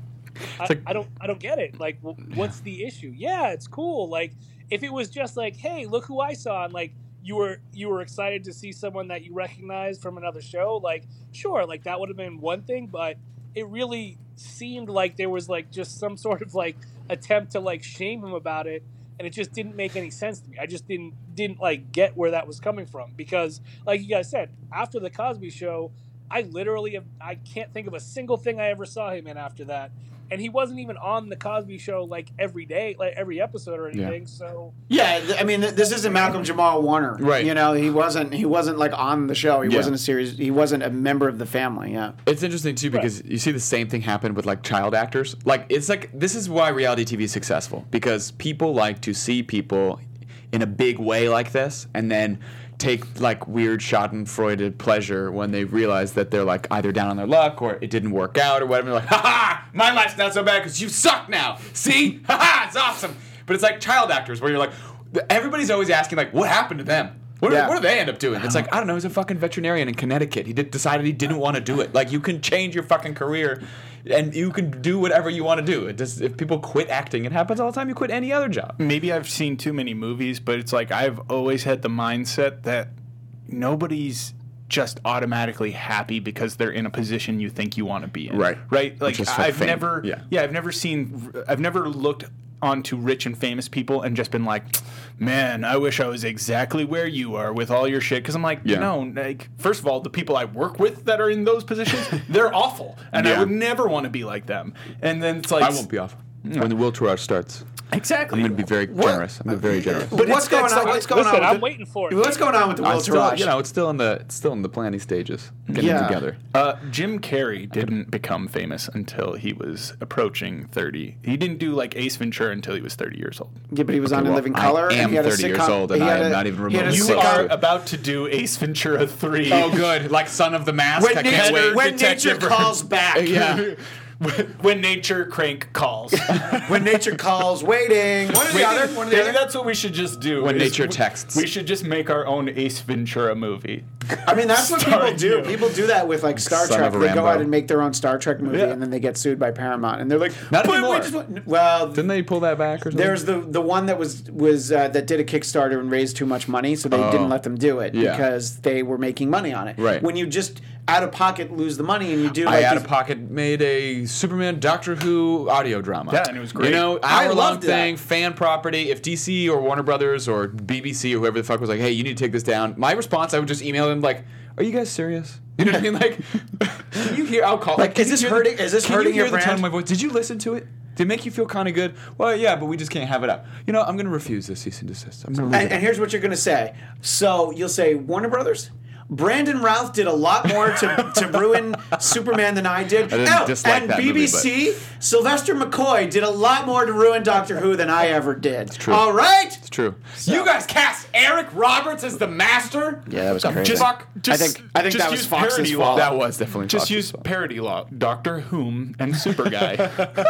Speaker 7: I,
Speaker 10: like-
Speaker 7: I don't, I don't get it. Like, w- what's the issue? Yeah, it's cool. Like, if it was just like, hey, look who I saw, and like you were, you were excited to see someone that you recognized from another show, like, sure, like that would have been one thing, but it really seemed like there was like just some sort of like attempt to like shame him about it and it just didn't make any sense to me i just didn't didn't like get where that was coming from because like you guys said after the cosby show I literally have, I can't think of a single thing I ever saw him in after that. And he wasn't even on the Cosby Show like every day, like every episode or anything. So
Speaker 4: Yeah, th- I mean, th- this isn't Malcolm Jamal Warner,
Speaker 10: Right.
Speaker 4: You know, he wasn't he wasn't like on the show. He
Speaker 10: Yeah.
Speaker 4: wasn't a series. He wasn't a member of the family. Yeah.
Speaker 10: It's interesting too because you see the same thing happen with like child actors. Like it's like this is why reality TV is successful because people like to see people in a big way like this and then take like weird Schadenfreude pleasure when they realize that they're like either down on their luck or it didn't work out or whatever. They're like, ha ha, my life's not so bad because you suck now. See, ha ha, it's awesome. But it's like child actors where you're like, everybody's always asking like, what happened to them? What,
Speaker 4: Yeah.
Speaker 10: do, what do they end up doing? It's like I don't know. He's a fucking veterinarian in Connecticut. He did, decided he didn't want to do it. Like you can change your fucking career, and you can do whatever you want to do. It just if people quit acting, it happens all the time. You quit any other job.
Speaker 6: maybe I've seen too many movies, but it's like I've always had the mindset that nobody's just automatically happy because they're in a position you think you want to be in.
Speaker 10: Right.
Speaker 6: Right? Like
Speaker 10: Which is for
Speaker 6: I've
Speaker 10: fame.
Speaker 6: never
Speaker 10: Yeah.
Speaker 6: yeah, I've never seen I've never looked onto rich and famous people and just been like, "Man, I wish I was exactly where you are with all your shit." Cuz I'm like,
Speaker 10: Yeah.
Speaker 6: "No, like first of all, the people I work with that are in those positions, they're awful, and I
Speaker 10: Yeah.
Speaker 6: would never want to be like them." And then it's like
Speaker 10: I won't be off when the Will Tour starts.
Speaker 6: Exactly.
Speaker 10: I'm going to be very generous. I'm going to be very generous.
Speaker 4: But what's going on? What's going
Speaker 7: Listen,
Speaker 4: on?
Speaker 7: I'm
Speaker 4: with
Speaker 7: waiting for
Speaker 4: the-
Speaker 7: it.
Speaker 4: What's going on with the
Speaker 10: I
Speaker 4: Will
Speaker 10: still,
Speaker 4: Rush?
Speaker 10: you know, it's still in the it's still in the planning stages, getting
Speaker 4: Yeah.
Speaker 10: together.
Speaker 6: Uh, Jim Carrey didn't become famous until he was approaching 30. He didn't do like Ace Ventura until he was 30 years old.
Speaker 4: yeah, but he was on
Speaker 10: Okay,
Speaker 4: In
Speaker 10: well,
Speaker 4: Living
Speaker 10: I
Speaker 4: Color.
Speaker 10: am
Speaker 4: he had a
Speaker 10: 30 years
Speaker 4: sitcom-
Speaker 10: old, and
Speaker 4: he
Speaker 10: I
Speaker 4: had
Speaker 10: am
Speaker 4: a-
Speaker 10: not even
Speaker 4: he had a
Speaker 10: remotely
Speaker 6: You
Speaker 10: Sick.
Speaker 6: are
Speaker 4: sitcom-
Speaker 6: about to do Ace Ventura 3.
Speaker 10: Oh, good, like Son of the Mask.
Speaker 4: When
Speaker 10: I
Speaker 4: nature,
Speaker 10: can't wait.
Speaker 4: when nature
Speaker 10: Detective-
Speaker 4: calls back.
Speaker 10: yeah.
Speaker 6: when nature crank calls.
Speaker 4: when nature calls, waiting. One or the other. One or the
Speaker 6: Maybe
Speaker 4: other.
Speaker 6: that's what we should just do.
Speaker 10: When
Speaker 6: is
Speaker 10: nature
Speaker 6: we-
Speaker 10: texts.
Speaker 6: We should just make our own Ace Ventura movie.
Speaker 4: I mean, that's what people
Speaker 6: Starring
Speaker 4: do.
Speaker 6: you.
Speaker 4: People do that with like Star
Speaker 10: Son
Speaker 4: Trek.
Speaker 10: of a
Speaker 4: They go
Speaker 10: Rambo.
Speaker 4: out and make their own Star Trek movie,
Speaker 6: Yeah.
Speaker 4: and then they get sued by Paramount, and they're like,
Speaker 10: Not
Speaker 4: "But we
Speaker 10: anymore.
Speaker 4: just want-" Well,
Speaker 10: Didn't they pull that back or something?
Speaker 4: There's the the one that was was uh, that did a Kickstarter and raised too much money, so they didn't let them do it
Speaker 10: Oh. Yeah.
Speaker 4: because they were making money on it.
Speaker 10: Right.
Speaker 4: When you just out of pocket lose the money and you do
Speaker 10: I
Speaker 4: like
Speaker 10: out
Speaker 4: these-
Speaker 10: of pocket made a Superman Doctor Who audio drama.
Speaker 6: Yeah, and it was great.
Speaker 10: You know,
Speaker 4: I
Speaker 10: hour long
Speaker 4: loved that.
Speaker 10: thing, fan property. If DC or Warner Brothers or BBC or whoever the fuck was like, "Hey, you need to take this down," my response I would just email them like, "Are you guys serious?" You know what I mean? Like, can you hear? I'll call.
Speaker 4: Like,
Speaker 10: can
Speaker 4: is
Speaker 10: you
Speaker 4: this
Speaker 10: hear the-
Speaker 4: hurting- is this
Speaker 10: can you
Speaker 4: hurting your
Speaker 10: hear the tone
Speaker 4: brand?
Speaker 10: of my voice? Did you listen to it? Did it make you feel kind of good? Well, yeah, but we just can't have it up. You know, I'm gonna refuse this cease and desist. I'm gonna leave
Speaker 4: And, and here's what you're gonna say. So you'll say Warner Brothers. Brandon Routh did a lot more to, to ruin Superman than I did.
Speaker 10: I didn't
Speaker 4: oh,
Speaker 10: dislike
Speaker 4: and
Speaker 10: that movie,
Speaker 4: BBC, Sylvester McCoy did a lot more to ruin Doctor Who than I ever did. It's
Speaker 10: true.
Speaker 4: All right.
Speaker 10: It's true. You guys cast Eric Roberts as the master?
Speaker 4: Yeah, that was crazy.
Speaker 10: Just, fuck.
Speaker 4: I think I think
Speaker 6: just
Speaker 4: that was
Speaker 6: use
Speaker 4: Fox's
Speaker 6: parody
Speaker 4: fault.
Speaker 10: That was definitely
Speaker 6: Just
Speaker 10: Fox's
Speaker 6: use
Speaker 10: fault.
Speaker 6: parody law. Doctor Whom and Super Guy.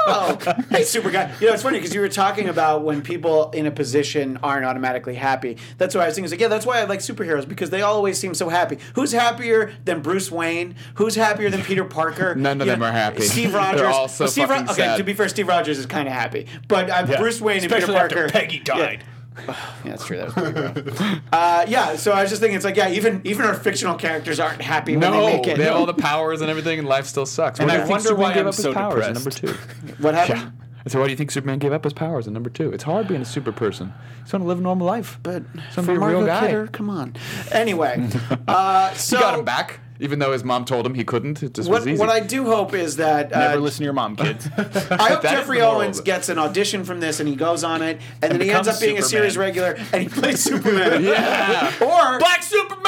Speaker 4: Oh, hey, super guy. You know, it's funny because you were talking about when people in a position aren't automatically happy. That's why I was thinking, it's like, yeah, that's why I like superheroes because they always seem so happy. Who's happier than Bruce Wayne? Who's happier than Peter Parker?
Speaker 10: None of
Speaker 4: You
Speaker 10: them are happy.
Speaker 4: Steve
Speaker 10: They're
Speaker 4: Rogers.
Speaker 10: all so
Speaker 4: Steve
Speaker 10: fucking
Speaker 4: okay,
Speaker 10: sad.
Speaker 4: to be fair, Steve Rogers is kind of happy, but uh, Bruce Wayne and Peter
Speaker 6: Especially
Speaker 4: Parker.
Speaker 6: after Peggy died.
Speaker 4: Yeah, that's true. That was pretty rough. uh, yeah, so I was just thinking, it's like, yeah, even even our fictional characters aren't happy when
Speaker 10: No,
Speaker 4: they make it.
Speaker 10: they have all the powers and everything, and life still sucks.
Speaker 6: And
Speaker 10: What do
Speaker 6: I
Speaker 10: you think
Speaker 6: wonder
Speaker 10: Superman
Speaker 6: why
Speaker 10: gave
Speaker 6: I'm
Speaker 10: up his
Speaker 6: so
Speaker 10: powers in
Speaker 6: depressed.
Speaker 10: Number two.
Speaker 4: what happened?
Speaker 10: yeah. I said, why do you think Superman gave up his powers in number two? It's hard being a super person. You just want to live a normal life. But
Speaker 4: For
Speaker 10: be a
Speaker 4: Margot
Speaker 10: real guy.
Speaker 4: Kidder, come on. Anyway, uh, so
Speaker 10: He got him back, even though his mom told him he couldn't. It just
Speaker 4: What,
Speaker 10: was easy.
Speaker 4: what I do hope is that
Speaker 6: Never
Speaker 4: uh,
Speaker 6: listen to your mom, kids.
Speaker 4: I hope
Speaker 10: That is
Speaker 4: Jeffrey
Speaker 10: the moral
Speaker 4: Owens
Speaker 10: of it.
Speaker 4: gets an audition from this and he goes on it and, then he ends
Speaker 6: becomes
Speaker 4: up being a series
Speaker 6: Superman.
Speaker 4: regular and he plays Superman.
Speaker 10: Yeah.
Speaker 4: Or
Speaker 10: Black Superman!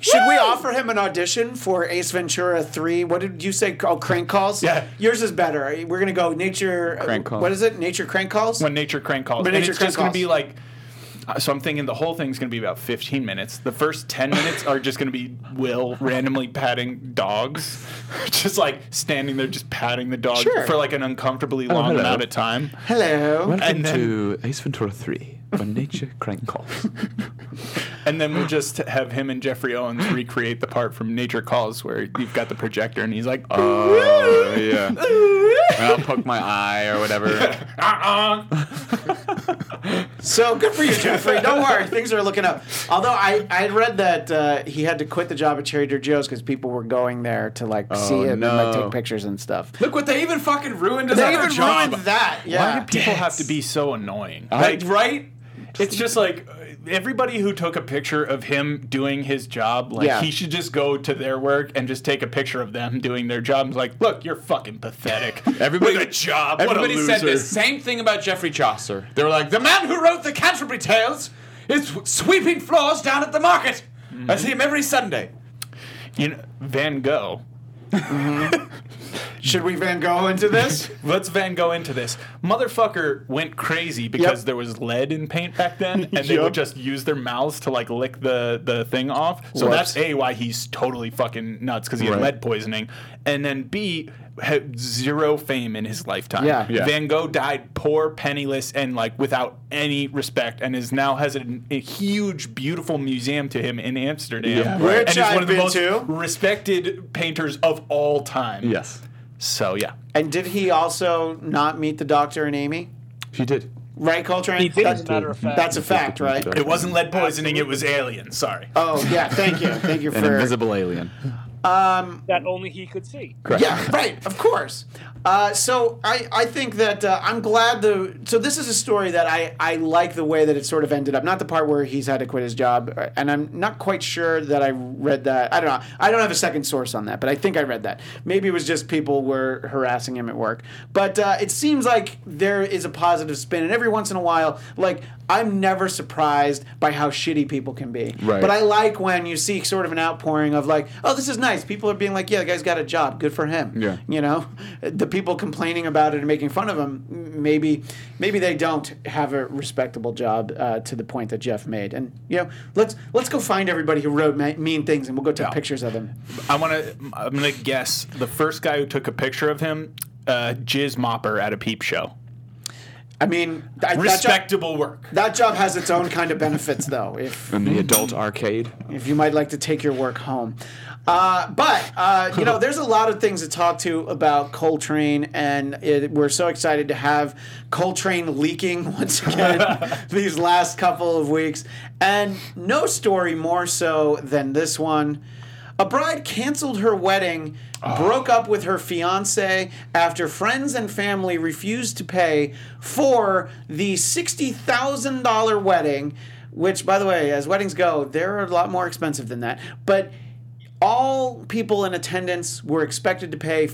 Speaker 4: should we offer him an audition for Ace Ventura 3? What did you say? Oh, Crank Calls?
Speaker 6: Yeah.
Speaker 4: Yours is better. We're going to go Nature.
Speaker 10: Crank Calls.
Speaker 4: What is it? Nature Crank Calls?
Speaker 6: when nature crank calls.
Speaker 4: When
Speaker 6: and
Speaker 4: nature
Speaker 6: it's
Speaker 4: crank
Speaker 6: just going
Speaker 4: calls.
Speaker 6: to be like. uh, So I'm thinking the whole thing's going to be about 15 minutes. The first 10 minutes are just going to be Will randomly patting dogs, just like standing there just patting the dog
Speaker 4: Sure.
Speaker 6: for like an uncomfortably long
Speaker 10: hello.
Speaker 6: amount of time.
Speaker 4: Hello.
Speaker 10: Welcome
Speaker 6: And then-
Speaker 10: to Ace Ventura 3, when nature crank calls.
Speaker 6: And then we'll just have him and Jeffrey Owens recreate the part from Nature Calls where you've got the projector and he's like,
Speaker 10: Oh, yeah. and I'll poke my eye or whatever.
Speaker 4: So good for you, Jeffrey. Don't worry, things are looking up. Although I, I had read that uh, he had to quit the job at Trader Joe's because people were going there to like see it and like
Speaker 10: no.
Speaker 4: take pictures and stuff.
Speaker 10: Look what they even fucking ruined his
Speaker 4: They
Speaker 10: other
Speaker 4: even
Speaker 10: job.
Speaker 4: ruined that. Yeah.
Speaker 6: Why do people have to be so annoying?
Speaker 10: Like, right?
Speaker 6: It's just like uh, everybody who took a picture of him doing his job, like
Speaker 4: Yeah.
Speaker 6: he should just go to their work and just take a picture of them doing their job. It's like, look, you're fucking pathetic.
Speaker 10: Everybody-
Speaker 6: With a job.
Speaker 10: Everybody
Speaker 6: what a
Speaker 10: said
Speaker 6: loser.
Speaker 10: the same thing about Geoffrey Chaucer. They were like, the man who wrote the Canterbury Tales is sweeping floors down at the market. I see him every Sunday.
Speaker 6: You know, Van Gogh.
Speaker 4: Should we Van Gogh into this?
Speaker 6: Let's Van Gogh into this. Motherfucker went crazy because there was lead in paint back then, and they would just use their mouths to like lick the, the thing off. So that's A, why he's totally fucking nuts because he had lead poisoning. And then B, had zero fame in his lifetime.
Speaker 4: Yeah.
Speaker 10: Yeah.
Speaker 6: Van Gogh died poor, penniless, and like without any respect, and is now has a, a huge, beautiful museum to him in Amsterdam.
Speaker 10: Yeah.
Speaker 6: and
Speaker 4: Which
Speaker 6: is one
Speaker 4: I've
Speaker 6: of the
Speaker 4: been
Speaker 6: most
Speaker 4: to.
Speaker 6: respected painters of all time.
Speaker 10: Yes,
Speaker 6: So yeah.
Speaker 4: And did he also not meet the doctor and Amy?
Speaker 10: she did.
Speaker 4: Right, Coltrane?
Speaker 7: He did, as a
Speaker 4: That-
Speaker 7: matter of fact.
Speaker 4: That's a fact, right?
Speaker 6: It wasn't lead poisoning, it was aliens. Sorry.
Speaker 4: Oh, yeah. Thank you. Thank you
Speaker 10: An
Speaker 4: for.
Speaker 10: invisible alien.
Speaker 7: that only he could see.
Speaker 4: Yeah, right. Of course. Uh, so I, I think that uh, I'm glad the so this is a story that I, I like the way that it sort of ended up. Not the part where he's had to quit his job, uh, and I'm not quite sure that I read that. I don't know. I don't have a second source on that, but I think I read that. Maybe it was just people were harassing him at work. But uh, it seems like there is a positive spin, and every once in a while, like I'm never surprised by how shitty people can be.
Speaker 10: Right.
Speaker 4: But I like when you see sort of an outpouring of like, oh, this is nice. People are being like, yeah, the guy's got a job. Good for him.
Speaker 10: Yeah.
Speaker 4: You know, the people complaining about it and making fun of him, m- maybe, maybe they don't have a respectable job uh, to the point that Jeff made. And you know, let's let's go find everybody who wrote ma- mean things, and we'll go take pictures of them.
Speaker 6: I want to. I'm gonna guess the first guy who took a picture of him, uh, Jizz Mopper at a peep show.
Speaker 4: I mean, I, that, job,
Speaker 6: Respectable work.
Speaker 4: that job has its own kind of benefits, though. If
Speaker 10: In the adult arcade.
Speaker 4: if you might like to take your work home. Uh, but uh, you know, there's a lot of things to talk to about Coltrane, and it, we're so excited to have Coltrane leaking once again these last couple of weeks, and no story more so than this one. A bride canceled her wedding, broke up with her fiance after friends and family refused to pay for the $60,000 wedding, which, by the way, as weddings go, they're a lot more expensive than that. But all people in attendance were expected to pay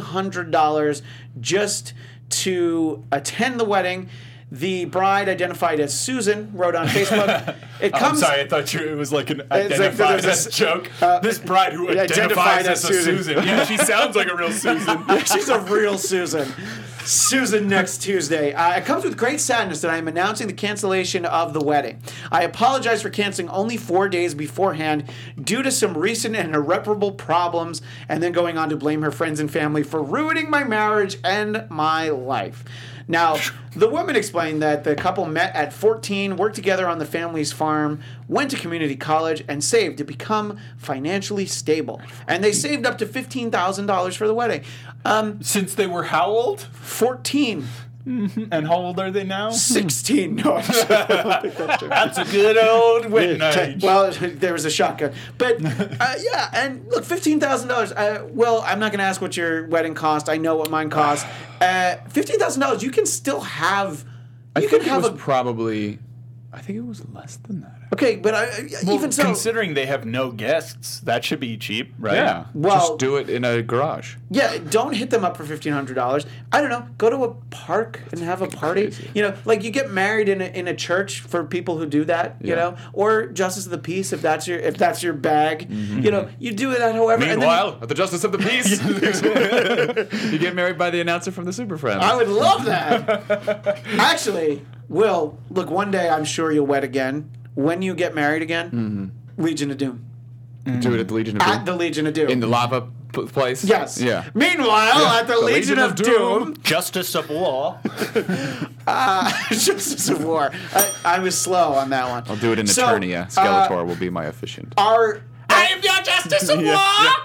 Speaker 4: $1,500 just to attend the wedding. The bride, identified as Susan, wrote on Facebook. It
Speaker 6: Oh, I'm
Speaker 4: comes.
Speaker 6: sorry, I thought you, it was like an
Speaker 4: like
Speaker 6: identified
Speaker 4: there's
Speaker 6: as
Speaker 4: a- uh,
Speaker 6: joke. this bride who
Speaker 4: yeah, identified
Speaker 6: identifies
Speaker 4: as
Speaker 6: as, a
Speaker 4: Susan.
Speaker 6: Susan. Yeah, she sounds like a real Susan.
Speaker 4: Yeah, she's a real Susan. Susan next Tuesday. Uh, it comes with great sadness that I am announcing the cancellation of the wedding. I apologize for canceling only four days beforehand due to some recent and irreparable problems, and then going on to blame her friends and family for ruining my marriage and my life. Now, the woman explained that the couple met at 14, worked together on the family's farm, went to community college, and saved to become financially stable. And they saved up to $15,000 for the wedding. Um,
Speaker 6: Since they were how old?
Speaker 4: 14,
Speaker 6: And how old are they now?
Speaker 4: 16. No, I'm just-
Speaker 6: That's a good old wedding age.
Speaker 4: well, there was a shotgun, but uh, yeah. And look, fifteen thousand dollars. uh, Well, I'm not going to ask what your wedding cost. I know what mine cost. Uh, fifteen thousand dollars. You can still have.
Speaker 10: I
Speaker 4: You
Speaker 10: think
Speaker 4: can
Speaker 10: it
Speaker 4: have
Speaker 10: was
Speaker 4: a
Speaker 10: probably. I think it was less than that.
Speaker 4: okay, but I, even so,
Speaker 6: Considering they have no guests, that should be cheap, right?
Speaker 10: Yeah.
Speaker 4: Well-
Speaker 10: just do it in a garage.
Speaker 4: Yeah, don't hit them up for fifteen hundred dollars. I don't know. Go to a park and have a party. You know, like you get married in a, in a church for people who do that. You
Speaker 10: Yeah.
Speaker 4: know, or justice of the peace if that's your if that's your bag. You know, you do it at however. and then-
Speaker 10: Mm-hmm. Meanwhile, at the Justice of the Peace, you get married by the announcer from the Super Friends.
Speaker 4: I would love that. Actually, Will, look, one day I'm sure you'll wed again when you get married again. Legion of Doom
Speaker 10: do it at the Legion of
Speaker 4: at
Speaker 10: Doom.
Speaker 4: the Legion of Doom
Speaker 10: Mm-hmm. in the lava p- place.
Speaker 4: Yes.
Speaker 10: Yeah.
Speaker 4: Meanwhile, at the, Legion, of, Doom,
Speaker 6: Justice of Law.
Speaker 4: Justice of War. I, I was slow on that one.
Speaker 10: I'll do it in
Speaker 4: So,
Speaker 10: Eternia. Skeletor will be my officiant.
Speaker 4: Uh, our
Speaker 13: I am your justice of war.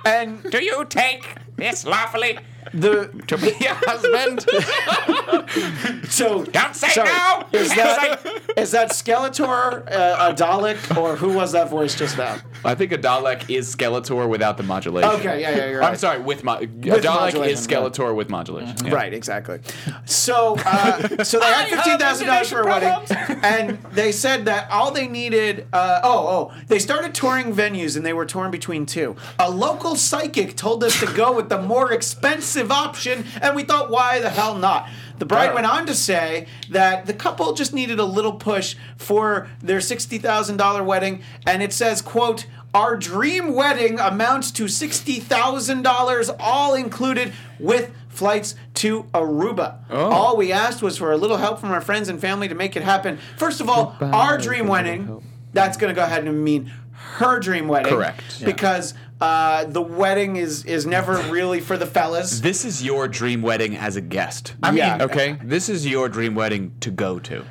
Speaker 4: and
Speaker 13: Do you take this lawfully
Speaker 4: the
Speaker 13: to be your husband?
Speaker 4: so
Speaker 13: Don't say
Speaker 4: Sorry.
Speaker 13: no.
Speaker 4: Is that is that Skeletor uh, a Dalek or who was that voice just now?
Speaker 10: I think a Dalek is Skeletor without the modulation.
Speaker 4: Okay, yeah, yeah, you're
Speaker 10: I'm
Speaker 4: right.
Speaker 10: sorry, with mo- a Dalek
Speaker 4: modulation, Mm-hmm.
Speaker 10: is Skeletor with modulation. Yeah.
Speaker 4: Right, exactly. So, uh, so they had fifteen thousand dollars for a wedding, and they said that all they needed. Uh, oh, oh, they started touring venues, and they were torn between two. A local psychic told us to go with the more expensive option, and we thought, why the hell not? The bride went on to say that the couple just needed a little push for their sixty thousand dollar wedding, and it says, "quote." Our dream wedding amounts to $60,000 all included with flights to Aruba.
Speaker 10: Oh.
Speaker 4: All we asked was for a little help from our friends and family to make it happen. First of all, our dream wedding, that's going to go ahead and mean her dream wedding.
Speaker 10: Correct. Yeah.
Speaker 4: Because uh, the wedding is is never really for the fellas.
Speaker 10: This is your dream wedding as a guest.
Speaker 4: I mean- Yeah.
Speaker 10: okay. This is your dream wedding to go to.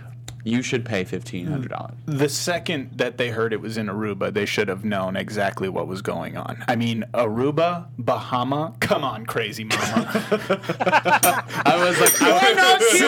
Speaker 10: You should pay fifteen hundred dollars.
Speaker 4: Mm.
Speaker 6: The second that they heard it was in Aruba, they should have known exactly what was going on. I mean, Aruba, Bahama, come on, crazy mama.
Speaker 10: I was like, I
Speaker 4: No, Key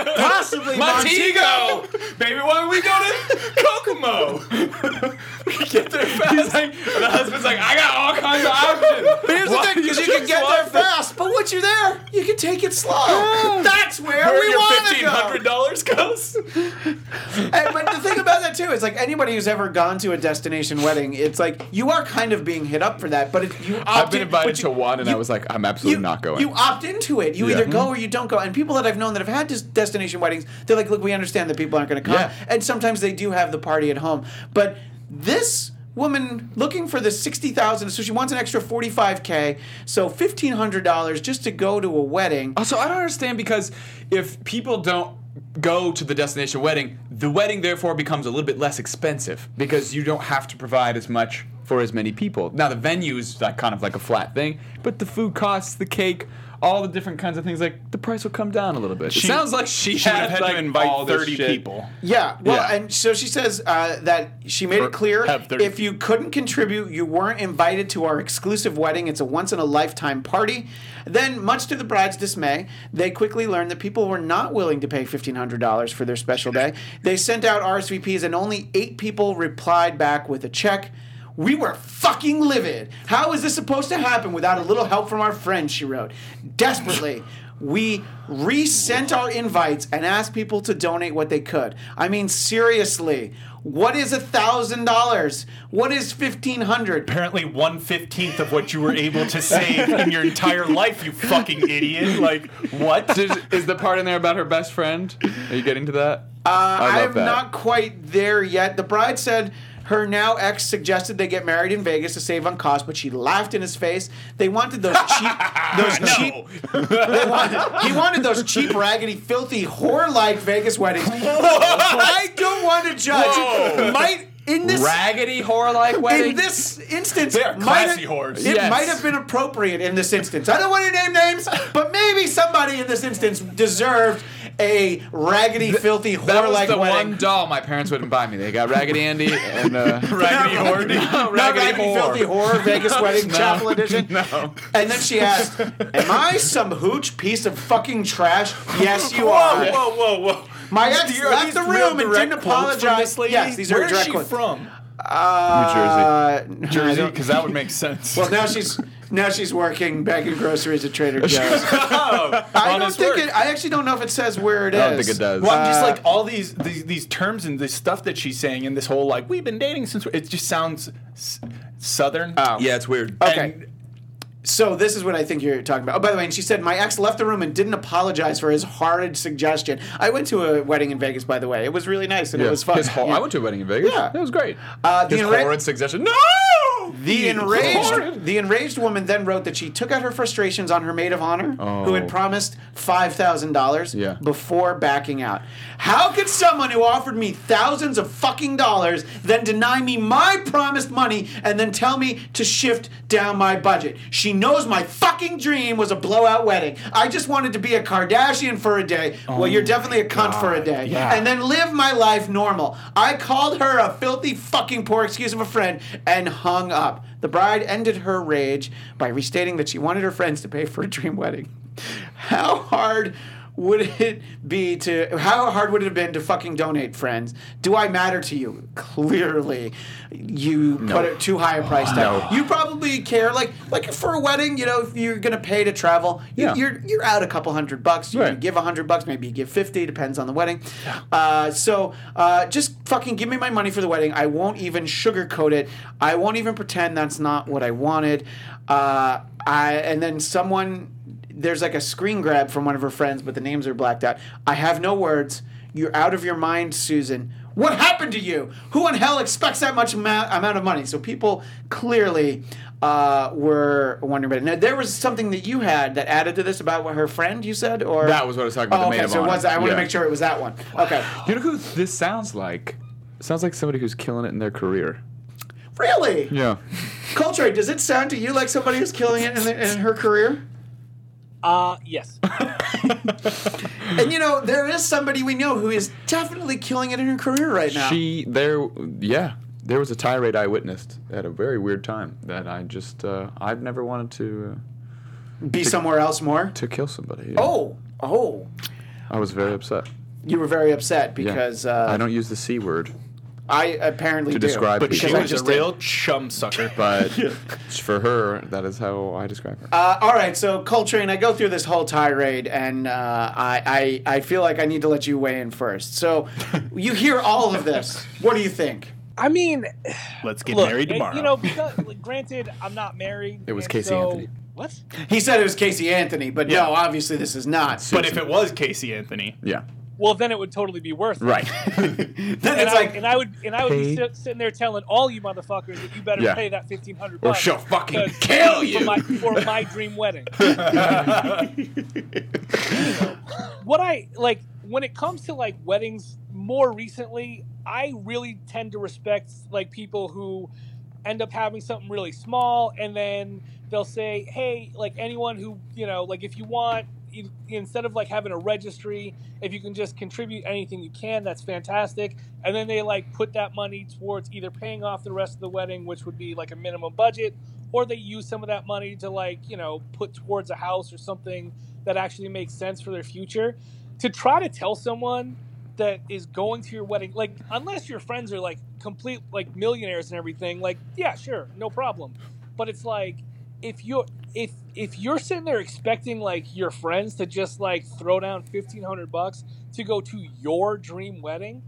Speaker 4: Largo! Possibly Montego.
Speaker 10: Montego, baby, why don't we go to Kokomo? we get there fast. the husband's like, I got all kinds of options.
Speaker 4: But here's the thing, because you can get there fast, but once you're there, you can take it slow. That's where, we want to
Speaker 10: fifteen
Speaker 4: go.
Speaker 10: hundred dollars goes.
Speaker 4: And- but the thing about that too is like anybody who's ever gone to a destination wedding, it's like you are kind of being hit up for that. But it, you opt
Speaker 10: I've been
Speaker 4: in-
Speaker 10: invited
Speaker 4: but you-
Speaker 10: to one, and I was like, I'm absolutely
Speaker 4: you,
Speaker 10: not going.
Speaker 4: You opt into it. You
Speaker 10: Yeah. Mm-hmm.
Speaker 4: either go or you don't go. And people that I've known that have had dis- destination weddings, they're like, look, we understand that people aren't going to come.
Speaker 10: Yeah.
Speaker 4: And sometimes they do have the party at home. But this woman looking for the 60000 so she wants an extra 45k so $1500 just to go to a wedding
Speaker 10: Also, I don't understand because if people don't go to the destination wedding, the wedding therefore becomes a little bit less expensive because you don't have to provide as much for as many people. Now the venue's like kind of like a flat thing, but the food costs, the cake, all the different kinds of things, like the price will come down a little bit.
Speaker 6: She-
Speaker 10: it sounds like she,
Speaker 6: she would
Speaker 10: had,
Speaker 6: have had
Speaker 10: like,
Speaker 6: to
Speaker 10: all
Speaker 6: invite
Speaker 10: this
Speaker 6: 30
Speaker 10: shit.
Speaker 6: people.
Speaker 4: Yeah, well,
Speaker 10: Yeah.
Speaker 4: and so she says uh, that she made it clear
Speaker 6: have their-
Speaker 4: if you couldn't contribute, you weren't invited to our exclusive wedding. It's a once in a lifetime party. Then, much to the bride's dismay, they quickly learned that people were not willing to pay $1,500 for their special day. They sent out RSVPs, and only eight people replied back with a check. We were fucking livid. How is this supposed to happen without a little help from our friends? She wrote. Desperately, we resent our invites and asked people to donate what they could. I mean, seriously, what is a thousand dollars? What is fifteen hundred?
Speaker 6: Apparently, one fifteenth of what you were able to save in your entire life, you fucking idiot. Like, what?
Speaker 10: Is, is the part in there about her best friend? Are you getting to that? I
Speaker 4: Uh, I'm
Speaker 10: love that.
Speaker 4: not quite there yet. The bride said her now ex suggested they get married in Vegas to save on cost, but she laughed in his face. They wanted those cheap, those cheap. They wanted, he wanted those cheap, raggedy, filthy, whore-like Vegas weddings. I don't want to judge. Might in this
Speaker 10: Raggedy horror like wedding.
Speaker 4: in this instance,
Speaker 10: They are
Speaker 4: might have,
Speaker 10: classy whores.
Speaker 4: it
Speaker 10: Yes.
Speaker 4: might have been appropriate in this instance. I don't want to name names, but maybe somebody in this instance deserved a raggedy, filthy,
Speaker 10: that was
Speaker 4: whore-like
Speaker 10: the
Speaker 4: wedding.
Speaker 10: one doll my parents wouldn't buy me. They got Raggedy Andy and uh,
Speaker 6: Raggedy
Speaker 10: No,
Speaker 6: Hordy.
Speaker 10: no,
Speaker 4: Not
Speaker 10: Raggedy,
Speaker 4: raggedy,
Speaker 10: Whore.
Speaker 4: filthy, whore, Vegas wedding, chapel edition.
Speaker 10: No.
Speaker 4: And then she asked, "Am I some hooch piece of fucking trash?" Yes, you are.
Speaker 6: whoa, whoa, whoa.
Speaker 4: My ex
Speaker 6: Are
Speaker 4: left
Speaker 6: these
Speaker 4: the
Speaker 6: real
Speaker 4: room and
Speaker 6: direct
Speaker 4: didn't
Speaker 6: quotes from
Speaker 4: apologize.
Speaker 6: this lady?
Speaker 4: Yes, these are
Speaker 6: Where is
Speaker 4: direct
Speaker 6: she
Speaker 4: quotes.
Speaker 6: from?
Speaker 4: Uh, no, I
Speaker 6: Jersey,
Speaker 4: don't-
Speaker 6: because that would make sense.
Speaker 4: Well, now she's now she's working bagging groceries at Trader Joe's. I don't
Speaker 6: honest
Speaker 4: think
Speaker 6: work.
Speaker 4: it. I uh, actually don't know if it says where it is.
Speaker 10: I don't think it does.
Speaker 6: Well, I'm just like all these, these these terms and this stuff that she's saying, and this whole like we've been dating since we're-" it just sounds s- southern.
Speaker 4: Oh.
Speaker 10: yeah, it's weird.
Speaker 4: Okay. so this is what I think you're talking about. Oh, by the way, and she said my ex left the room and didn't apologize for his horrid suggestion. I went to a wedding in Vegas, by the way. It was really nice and it was fun.
Speaker 10: His whole,
Speaker 4: Yeah.
Speaker 10: I went to a wedding in Vegas.
Speaker 4: Yeah.
Speaker 10: That was great.
Speaker 4: Uh, the
Speaker 10: His
Speaker 4: enra-
Speaker 10: horrid suggestion. No!
Speaker 4: The enraged,
Speaker 10: Horrid.
Speaker 4: the enraged woman then wrote that she took out her frustrations on her maid of honor, who had
Speaker 10: Oh.
Speaker 4: promised five thousand dollars
Speaker 10: Yeah.
Speaker 4: before backing out. How could someone who offered me thousands of fucking dollars then deny me my promised money and then tell me to shift down my budget? She knows my fucking dream was a blowout wedding. I just wanted to be a Kardashian for a day. well, you're definitely a cunt for a day,
Speaker 6: yeah.
Speaker 4: and then live my life normal. I called her a filthy fucking poor excuse of a friend and hung up. The bride ended her rage by restating that she wanted her friends to pay for a dream wedding. How hard would it be to how hard would it have been to fucking donate friends do i matter to you clearly you put it too high a price tag you probably care like like for a wedding you know if you're gonna pay to travel you-
Speaker 10: Yeah.
Speaker 4: you're you're out a couple hundred bucks you
Speaker 10: Right.
Speaker 4: can give a hundred bucks maybe you give 50 depends on the wedding uh, so uh, just fucking give me my money for the wedding i won't even sugarcoat it i won't even pretend that's not what i wanted uh, I and then someone there's like a screen grab from one of her friends, but the names are blacked out. I have no words. You're out of your mind, Susan. What happened to you? Who in hell expects that much ma- amount of money? So people clearly uh, were wondering about it. Now there was something that you had that added to this about what her friend you said, or
Speaker 10: That was what I was talking about,
Speaker 4: Oh,
Speaker 10: the maid
Speaker 4: okay,
Speaker 10: of
Speaker 4: so it was
Speaker 10: honor.
Speaker 4: I want
Speaker 10: Yeah.
Speaker 4: to make sure it was that one. Okay,
Speaker 10: You know who this sounds like? Sounds like somebody who's killing it in their career.
Speaker 4: really?
Speaker 10: Yeah.
Speaker 4: Coltrane, does it sound to you like somebody who's killing it in, the, in her career?
Speaker 7: Uh, yes.
Speaker 4: And you know, there is somebody we know who is definitely killing it in her career right now.
Speaker 10: She there yeah. There was a tirade I witnessed at a very weird time that I just uh, I've never wanted to uh,
Speaker 4: Be somewhere else more.
Speaker 10: to kill somebody. Yeah.
Speaker 4: Oh, oh,
Speaker 10: I was very upset.
Speaker 4: you were very upset
Speaker 10: Yeah.
Speaker 4: because uh,
Speaker 10: I don't use the c word,
Speaker 4: I apparently
Speaker 10: To
Speaker 4: do.
Speaker 10: describe
Speaker 6: But
Speaker 10: Because
Speaker 6: she
Speaker 4: I
Speaker 6: was a
Speaker 4: just did.
Speaker 6: real chum sucker.
Speaker 10: but for her that is how I describe her.
Speaker 4: Uh, all right, so Coltrane, I go through this whole tirade, and uh, I, I I feel like I need to let you weigh in first. So, you hear all of this. What do you think?
Speaker 7: I mean,
Speaker 6: Let's get
Speaker 7: look,
Speaker 6: married
Speaker 7: it-
Speaker 6: tomorrow.
Speaker 7: you know, because, like, granted, I'm not married.
Speaker 10: It was
Speaker 7: and
Speaker 10: Casey
Speaker 7: so-
Speaker 10: Anthony.
Speaker 7: What?
Speaker 4: He said it was Casey Anthony, but no, obviously this is not.
Speaker 6: but if it was Casey Anthony,
Speaker 10: Yeah.
Speaker 7: Well, then it would totally be worth it.
Speaker 10: Right.
Speaker 4: then
Speaker 7: And,
Speaker 4: it's
Speaker 7: I,
Speaker 4: like
Speaker 7: and I would and I would be
Speaker 10: Hey.
Speaker 7: sit, sitting there telling all you motherfuckers that you better
Speaker 10: Yeah.
Speaker 7: pay that fifteen hundred
Speaker 10: Or
Speaker 7: bucks
Speaker 10: she'll fucking
Speaker 7: because-
Speaker 10: kill you.
Speaker 7: for my, for my dream wedding. what I like when it comes to like weddings more recently, I really tend to respect like people who end up having something really small and then they'll say, "Hey, like anyone who, you know, like if you want you- instead of like having a registry, if you can just contribute anything you can, that's fantastic." And then they like put that money towards either paying off the rest of the wedding, which would be like a minimum budget, or they use some of that money to like, you know, put towards a house or something that actually makes sense for their future. To try to tell someone that is going to your wedding, like unless your friends are like complete like millionaires and everything, like yeah, sure, no problem. But it's like if you're if if you're sitting there expecting like your friends to just like throw down fifteen hundred bucks to go to your dream wedding,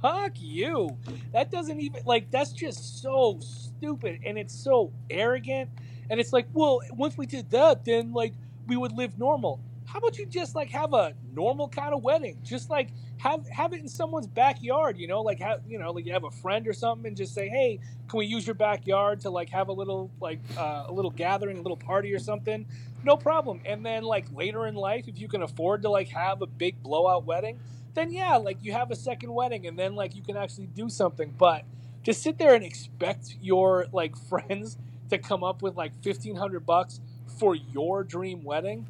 Speaker 7: fuck you. That doesn't even like that's just so stupid and it's so arrogant. And it's like, well, once we did that, then like we would live normal. How about you just like have a normal kind of wedding? Just like have have it in someone's backyard, you know, like have you know, like you have a friend or something, and just say, hey, can we use your backyard to like have a little like uh, a little gathering, a little party or something? No problem. And then like later in life, if you can afford to like have a big blowout wedding, then yeah, like you have a second wedding, and then like you can actually do something. But to sit there and expect your like friends to come up with like fifteen hundred bucks for your dream wedding.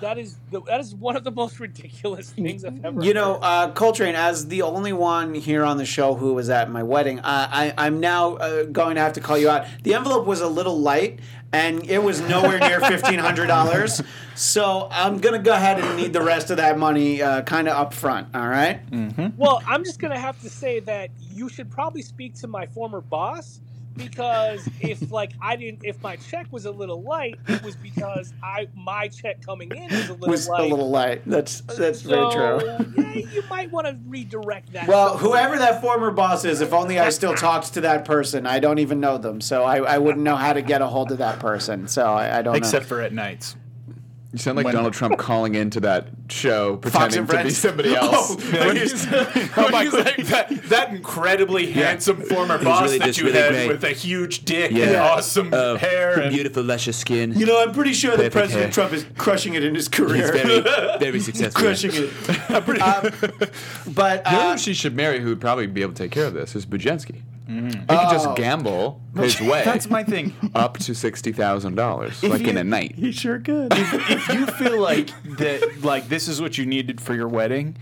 Speaker 7: That is the, that is one of the most ridiculous things I've ever.
Speaker 4: You know, uh, Coltrane, as the only one here on the show who was at my wedding, uh, I, I'm now uh, going to have to call you out. The envelope was a little light, and it was nowhere near $1,500. So I'm going to go ahead and need the rest of that money uh, kind of up front, all right?
Speaker 7: Well, I'm just gonna have to say that you should probably speak to my former boss because if like I didn't, if my check was a little light, it was because I my check coming in was a little
Speaker 4: was
Speaker 7: light.
Speaker 4: a little light. That's, that's
Speaker 7: so,
Speaker 4: very true.
Speaker 7: yeah, you might want to redirect that.
Speaker 4: Well, whoever that former boss is, if only I still talked to that person. I don't even know them, so I, I wouldn't know how to get a hold of that person. So I, I don't know.
Speaker 6: except for at nights.
Speaker 10: You sound like
Speaker 6: When-
Speaker 10: Donald Trump calling into that show pretending to be
Speaker 4: Friends? Oh,
Speaker 10: somebody else.
Speaker 6: When Oh, he's- when he's like that, that incredibly handsome former boss
Speaker 5: really
Speaker 6: that
Speaker 5: just
Speaker 6: you
Speaker 5: really
Speaker 6: had
Speaker 5: great.
Speaker 6: with a huge dick and
Speaker 5: Yeah.
Speaker 6: awesome
Speaker 5: Uh,
Speaker 6: hair and
Speaker 5: Beautiful, luscious skin.
Speaker 4: You know, I'm pretty sure
Speaker 5: Perfect
Speaker 4: that President
Speaker 5: hair.
Speaker 4: Trump is crushing it in his career.
Speaker 5: He's very, very successful.
Speaker 4: crushing it. Um, but
Speaker 10: You know
Speaker 4: uh,
Speaker 10: who she should marry who would probably be able to take care of this is Bujensky.
Speaker 4: Mm-hmm.
Speaker 10: He could
Speaker 4: Oh.
Speaker 10: just gamble his way
Speaker 6: that's my thing.
Speaker 10: up to sixty thousand dollars, like in
Speaker 6: you-
Speaker 10: a night.
Speaker 6: He sure could. If, if you feel like that, like this is what you needed for your wedding,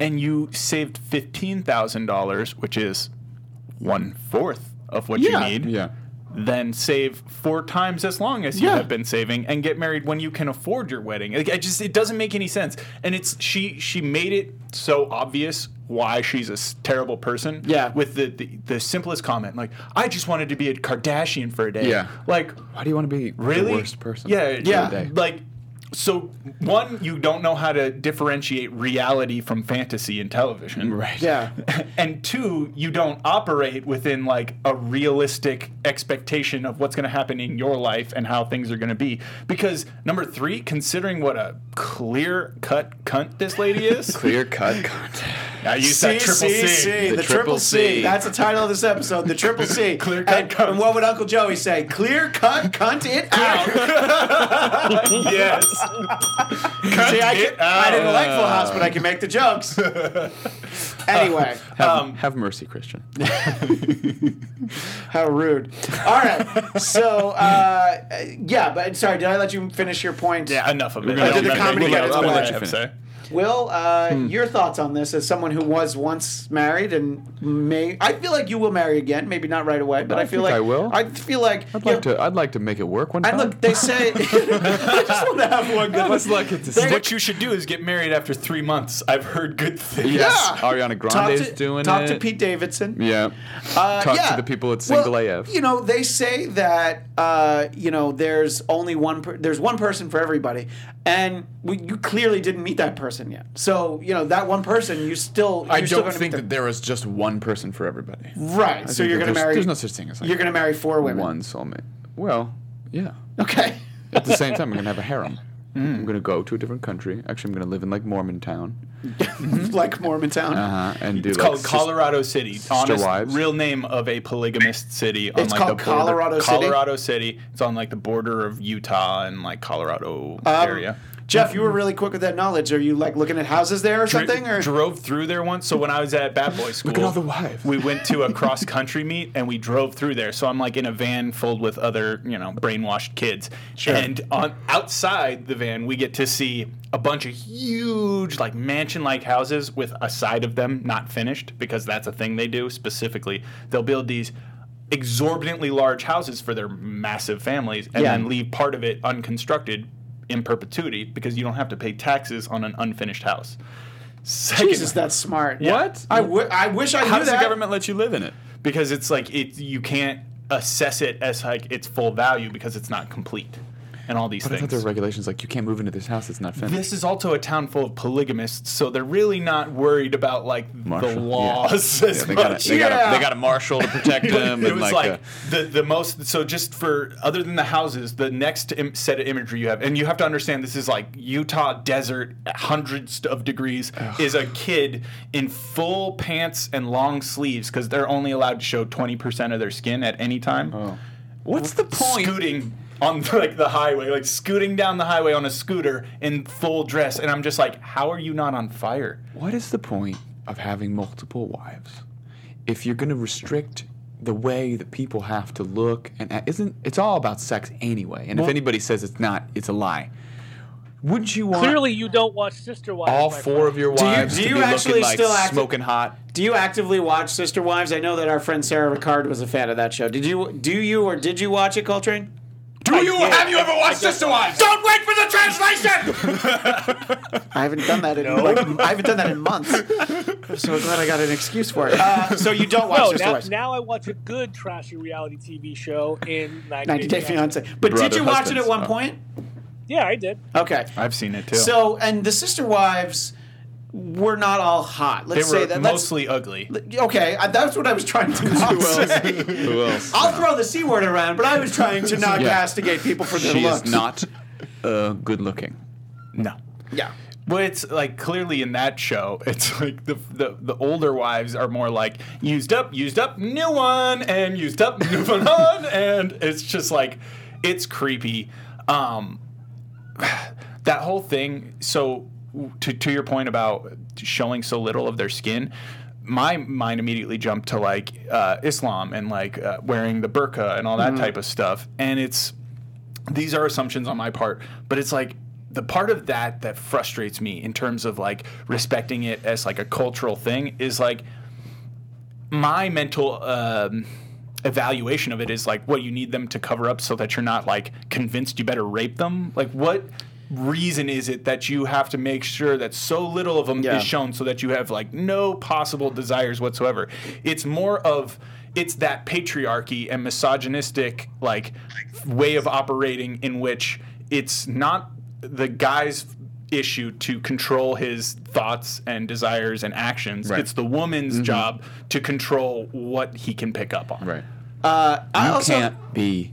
Speaker 6: and you saved fifteen thousand dollars, which is one fourth of what
Speaker 4: Yeah.
Speaker 6: you need,
Speaker 10: Yeah,
Speaker 6: then save four times as long as you have been saving and get married when you can afford your wedding. Like, I just it doesn't make any sense. And it's she she made it so obvious why she's a s- terrible person.
Speaker 4: Yeah.
Speaker 6: With the, the the simplest comment, like I just wanted to be a Kardashian for a day.
Speaker 10: Yeah.
Speaker 6: Like
Speaker 10: Why do you want to be
Speaker 6: really
Speaker 10: the worst person?
Speaker 6: Yeah.
Speaker 4: Yeah.
Speaker 10: day?
Speaker 6: Like. So one, you don't know how to differentiate reality from fantasy in television, right?
Speaker 4: yeah,
Speaker 6: and two, you don't operate within like a realistic expectation of what's going to happen in your life and how things are going to be. Because number three, considering what a clear cut cunt this lady is,
Speaker 10: Clear cut content.
Speaker 6: I used that triple C.
Speaker 4: the, triple C. That's the title of this episode, the triple C. Clear cut and, and what would Uncle Joey say? Clear cut, cunt it out.
Speaker 6: Yes.
Speaker 4: See, I, can, I didn't like Full House, but I can make the jokes. anyway, Um,
Speaker 10: Have, have mercy, Christian.
Speaker 4: how rude. All right, so uh, yeah, but sorry, did I let you finish your point?
Speaker 6: Yeah, enough of it.
Speaker 4: I did the comedy
Speaker 10: yeah,
Speaker 4: guy.
Speaker 10: I'm gonna let
Speaker 4: Sorry.
Speaker 10: you finish.
Speaker 4: Will, uh, your thoughts on this as someone who was once married and may I feel like you will marry again, maybe not right away, but I,
Speaker 10: I
Speaker 4: feel
Speaker 10: think
Speaker 4: like
Speaker 10: I will.
Speaker 4: I feel like
Speaker 10: I'd like to. I'd like to make it work one time.
Speaker 4: And look, they say I just want to have one good.
Speaker 10: Let's
Speaker 4: one.
Speaker 10: look at this.
Speaker 6: What you should do is get married after three months. I've heard good things.
Speaker 10: Yes,
Speaker 4: Yeah.
Speaker 10: Ariana
Speaker 4: Talk
Speaker 10: Grande's
Speaker 4: to,
Speaker 10: doing
Speaker 4: talk
Speaker 10: it.
Speaker 4: to Pete Davidson.
Speaker 10: Yeah.
Speaker 4: Uh,
Speaker 10: Talk
Speaker 4: yeah.
Speaker 10: to the people at
Speaker 4: Well,
Speaker 10: Single AF.
Speaker 4: You know, they say that uh, you know there's only one per- there's one person for everybody, and we, you clearly didn't meet that person yet. So you know that one person you still
Speaker 10: I
Speaker 4: you're still
Speaker 10: don't
Speaker 4: gonna meet
Speaker 10: think
Speaker 4: them.
Speaker 10: that there is just one person for everybody.
Speaker 4: right. So
Speaker 10: think
Speaker 4: you're
Speaker 10: that
Speaker 4: gonna
Speaker 10: there's-
Speaker 4: marry
Speaker 10: There's no such thing as like
Speaker 4: you're gonna marry four women.
Speaker 10: one soulmate. Well, yeah.
Speaker 4: Okay.
Speaker 10: At the same time, I'm gonna have a harem. I'm gonna go to a different country. Actually, I'm gonna live in like Mormon town
Speaker 4: like Mormontown.
Speaker 10: uh, and do
Speaker 6: It's
Speaker 10: like
Speaker 6: called
Speaker 10: sis-
Speaker 6: Colorado City. Honest,
Speaker 10: wives.
Speaker 6: real name of a polygamist city. On
Speaker 4: It's
Speaker 6: like
Speaker 4: called
Speaker 6: the border,
Speaker 4: Colorado City?
Speaker 6: Colorado City. It's on like the border of Utah and like Colorado
Speaker 4: Um,
Speaker 6: area.
Speaker 4: Jeff, you were really quick with that knowledge. Are you like looking at houses there or
Speaker 6: Dr-
Speaker 4: something? Or
Speaker 6: drove through there once. So when I was at Bad Boy School,
Speaker 10: Look at all the wives.
Speaker 6: we went to a cross country meet and we drove through there. So I'm like in a van filled with other, you know, brainwashed kids. And on outside the van, we get to see a bunch of huge, like mansion like houses with a side of them not finished because that's a thing they do specifically. They'll build these exorbitantly large houses for their massive families and
Speaker 4: Yeah.
Speaker 6: then leave part of it unconstructed in perpetuity because you don't have to pay taxes on an unfinished house. Second,
Speaker 4: Jesus, that's smart.
Speaker 6: What?
Speaker 4: I, w- I wish I knew
Speaker 10: How does
Speaker 4: that.
Speaker 10: the government let you live in it?
Speaker 6: because it's like it you can't assess it as like its full value because it's not complete and all these
Speaker 10: I thought there
Speaker 6: things.
Speaker 10: were regulations like you can't move into this house that's not finished.
Speaker 6: This is also a town full of polygamists, so they're really not worried about like
Speaker 10: Marshall, yeah.
Speaker 6: the laws as
Speaker 10: They got,
Speaker 6: much.
Speaker 10: a, they, got
Speaker 4: Yeah.
Speaker 10: a, they got a marshal to protect them.
Speaker 6: it
Speaker 10: and
Speaker 6: was
Speaker 10: like, uh,
Speaker 6: like,
Speaker 10: a-
Speaker 6: the, the most so just for other than the houses the next Im- set of imagery you have and you have to understand this is like utah desert hundreds of degrees is a kid in full pants and long sleeves because they're only allowed to show 20% of their skin at any time
Speaker 10: what's the point?
Speaker 6: scooting on like the highway like scooting down the highway on a scooter in full dress and i'm just like how are you not on fire
Speaker 10: What is the point of having multiple wives if you're going to restrict the way that people have to look and act? isn't it's all about sex anyway? And if anybody says it's not, it's a lie. Wouldn't you want
Speaker 7: Clearly, you don't watch Sister Wives.
Speaker 10: all
Speaker 7: my
Speaker 10: four of your
Speaker 4: Do you-
Speaker 10: wives
Speaker 4: do
Speaker 10: to
Speaker 4: you
Speaker 10: be
Speaker 4: actually
Speaker 10: looking like
Speaker 4: still act-
Speaker 10: smoking hot?
Speaker 4: Do you actively watch Sister Wives? I know that our friend Sarah Ricard was a fan of that show. Did you? Do you or did you watch it, Coltrane?
Speaker 10: Do you have you ever watched Sister Wives? Don't wait for the translation.
Speaker 4: I haven't done that in like, I haven't done that in months. I'm so glad I got an excuse for it. Uh, so you don't watch
Speaker 7: No,
Speaker 4: Sister
Speaker 7: now,
Speaker 4: Wives?
Speaker 7: now I watch a good trashy reality TV show in 90,
Speaker 4: 90 Day Fiance. But did
Speaker 10: Brother
Speaker 4: you watch it at
Speaker 10: husbands.
Speaker 4: one
Speaker 10: Oh.
Speaker 4: point?
Speaker 7: Yeah, I did.
Speaker 4: Okay.
Speaker 6: i've seen it too
Speaker 4: So and the Sister Wives were not all hot.
Speaker 6: they
Speaker 4: Let's
Speaker 6: were
Speaker 4: say that. Let's-
Speaker 6: mostly ugly
Speaker 4: Okay, I- that's what I was trying to not say.
Speaker 10: Who else?
Speaker 4: I'll throw the c word around, but I was trying to not
Speaker 10: Yeah.
Speaker 4: castigate people for their
Speaker 10: She
Speaker 4: looks.
Speaker 10: is not uh, good looking.
Speaker 6: no
Speaker 4: Yeah.
Speaker 6: Well, it's like clearly in that show, it's like the, the the older wives are more like used up, used up, new one, and used up, new one on, and it's just like it's creepy. Um, that whole thing. So to to your point about showing so little of their skin, my mind immediately jumped to like uh, Islam and like uh, wearing the burqa and all that type of stuff, and it's these are assumptions on my part, but it's like the part of that that frustrates me in terms of like respecting it as like a cultural thing is like my mental um, evaluation of it is like what you need them to cover up so that you're not like convinced you better rape them. Like what reason is it that you have to make sure that so little of them
Speaker 4: Yeah.
Speaker 6: is shown so that you have like no possible desires whatsoever? It's more of it's that patriarchy and misogynistic like way of operating in which it's not the guy's issue to control his thoughts and desires and actions. It's the woman's job to control what he can pick up on.
Speaker 10: Right.
Speaker 4: Uh, I
Speaker 10: You
Speaker 4: also
Speaker 10: can't be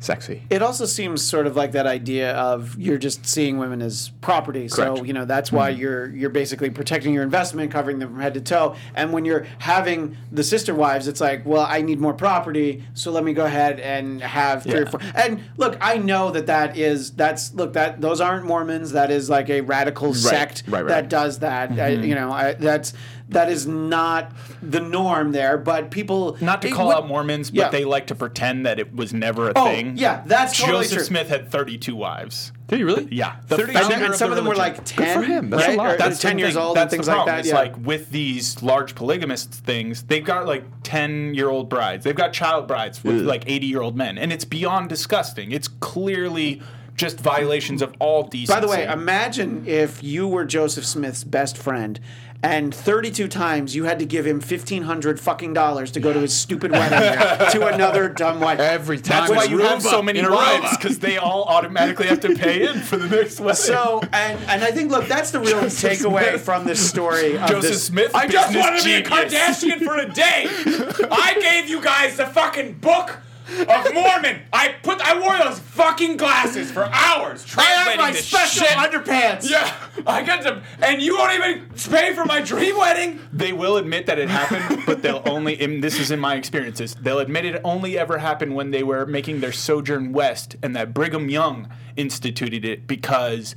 Speaker 6: sexy.
Speaker 4: It also seems sort of like that idea of you're just seeing women as property. So you know that's why
Speaker 10: Mm-hmm.
Speaker 4: you're you're basically protecting your investment, covering them from head to toe. And when you're having the sister wives, it's like, well, I need more property, so let me go ahead and have three or four. And look, I know that that is that's look that those aren't Mormons. That is like a radical sect
Speaker 10: right, right. Mm-hmm.
Speaker 4: that does that. I- you know, I, that's that is not the norm there. But people
Speaker 6: Not to
Speaker 4: it
Speaker 6: call
Speaker 4: would-
Speaker 6: out Mormons, but
Speaker 4: yeah.
Speaker 6: they like to pretend that it was never a
Speaker 4: Oh,
Speaker 6: thing.
Speaker 4: yeah, that's totally
Speaker 6: Joseph
Speaker 4: true.
Speaker 6: Smith had 32 wives.
Speaker 10: Did you really?
Speaker 6: Yeah,
Speaker 4: and, and some of them were like ten,
Speaker 10: for him. That's a
Speaker 4: right?
Speaker 10: lot.
Speaker 4: Or- or
Speaker 6: That's
Speaker 4: ten
Speaker 6: the
Speaker 4: years
Speaker 6: thing.
Speaker 4: old and
Speaker 6: That's the
Speaker 4: things like
Speaker 6: problem.
Speaker 4: that.
Speaker 6: It's
Speaker 4: Yeah.
Speaker 6: like with these large polygamist things, they've got like ten-year-old brides. They've got child brides with like eighty-year-old men, and it's beyond disgusting. It's clearly just violations of all decency.
Speaker 4: By the way, imagine if you were Joseph Smith's best friend. And 32 times you had to give him 1500 fucking dollars to go to his stupid wedding to another dumb wife.
Speaker 10: Every time.
Speaker 6: that's why
Speaker 10: it's
Speaker 6: you have
Speaker 10: Roomba
Speaker 6: so many
Speaker 10: in a row.
Speaker 6: wives because they all automatically have to pay in for the next wedding.
Speaker 4: So, and, and I think, look, that's the real takeaway from this story. Of
Speaker 6: Joseph
Speaker 4: this,
Speaker 6: Smith,
Speaker 10: I just
Speaker 6: business
Speaker 10: wanted to be a
Speaker 6: genius.
Speaker 10: Kardashian for a day. I gave you guys the fucking book of Mormon. I put I wore those fucking glasses for hours.
Speaker 13: I had
Speaker 10: translating
Speaker 13: my
Speaker 10: this
Speaker 13: special
Speaker 10: shit.
Speaker 4: underpants.
Speaker 10: Yeah, I got them, and you won't even pay for my dream wedding.
Speaker 6: They will admit that it happened, but they'll only, and this is in my experiences, they'll admit it only ever happened when they were making their sojourn west and that Brigham Young instituted it because.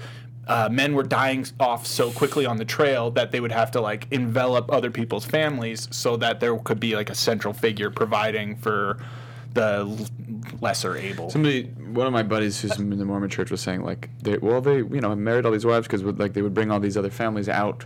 Speaker 6: Uh, men were dying off so quickly on the trail that they would have to like envelop other people's families so that there could be like a central figure providing for the l- lesser able.
Speaker 10: Somebody, one of my buddies who's in the Mormon church was saying, like, they, well, they, you know, married all these wives because, like, they would bring all these other families out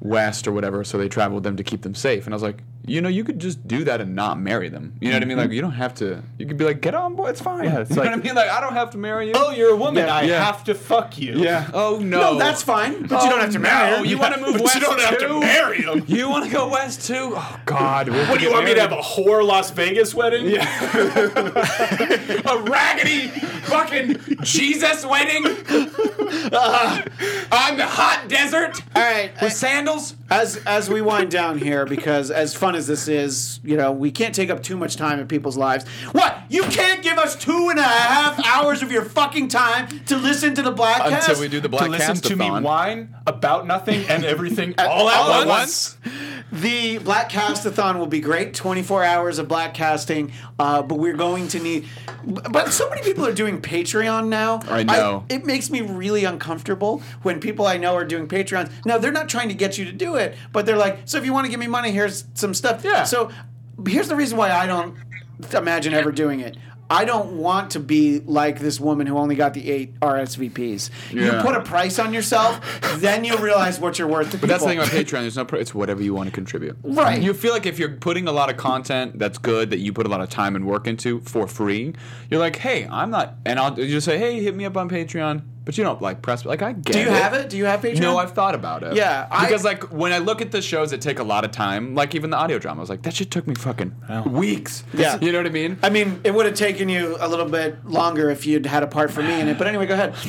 Speaker 10: west or whatever, so they traveled with them to keep them safe. And I was like, you know, you could just do that and not marry them. You know what I mean? Like, you don't have to. You could be like, get on, boy, it's fine. Yeah,
Speaker 6: Mm-hmm. it's
Speaker 10: you know
Speaker 6: like-
Speaker 10: what I mean? Like, I don't have to marry you.
Speaker 6: oh, you're a woman. I
Speaker 10: yeah.
Speaker 6: have to fuck you.
Speaker 10: yeah. Oh no.
Speaker 4: No, that's fine. But you don't have to marry.
Speaker 10: No,
Speaker 4: her.
Speaker 10: you want to move
Speaker 6: But
Speaker 10: west
Speaker 6: you don't have
Speaker 10: too?
Speaker 6: to marry them.
Speaker 10: You want to go west too? Oh God.
Speaker 6: What do you want me to have a whore Las Vegas wedding?
Speaker 10: a raggedy fucking Jesus wedding on the hot desert
Speaker 4: All right.
Speaker 10: with sandals.
Speaker 4: as as we wind down here, because as fun as this is, you know, we can't take up too much time in people's lives. What? You can't give us two and a half hours of your fucking time to listen to the black
Speaker 10: Until
Speaker 4: cast?
Speaker 10: we do the black
Speaker 6: to listen to me
Speaker 10: Castathon.
Speaker 6: whine about nothing and everything all at
Speaker 4: all at
Speaker 6: once.
Speaker 10: once?
Speaker 4: The Black Castathon will be great. 24 hours of black casting, uh, but we're going to need. But so many people are doing Patreon now.
Speaker 10: I know.
Speaker 4: it makes me really uncomfortable when people I know are doing Patreons. Now, they're not trying to get you to do it, but they're like, so if you want to give me money, here's some stuff.
Speaker 10: Yeah.
Speaker 4: So here's the reason why I don't imagine ever doing it. I don't want to be like this woman who only got the eight RSVPs. You
Speaker 10: Yeah.
Speaker 4: put a price on yourself, then you realize what you're worth to people.
Speaker 10: But that's the thing about Patreon. There's no. Pro- it's whatever you want to contribute.
Speaker 4: Right.
Speaker 10: You feel like if you're putting a lot of content that's good that you put a lot of time and work into for free, you're like, hey, I'm not. And I'll you just say, hey, hit me up on Patreon. But you don't like press. Like I get.
Speaker 4: Do you have it? Do you have Patreon?
Speaker 10: No, I've thought about it.
Speaker 4: Yeah, I-
Speaker 10: because like when I look at the shows that take a lot of time, like even the audio drama, I was like, that shit took me fucking weeks.
Speaker 4: Yeah.
Speaker 10: you know what I mean.
Speaker 4: I mean, it would have taken you a little bit longer if you'd had a part for me in it. But anyway, go ahead.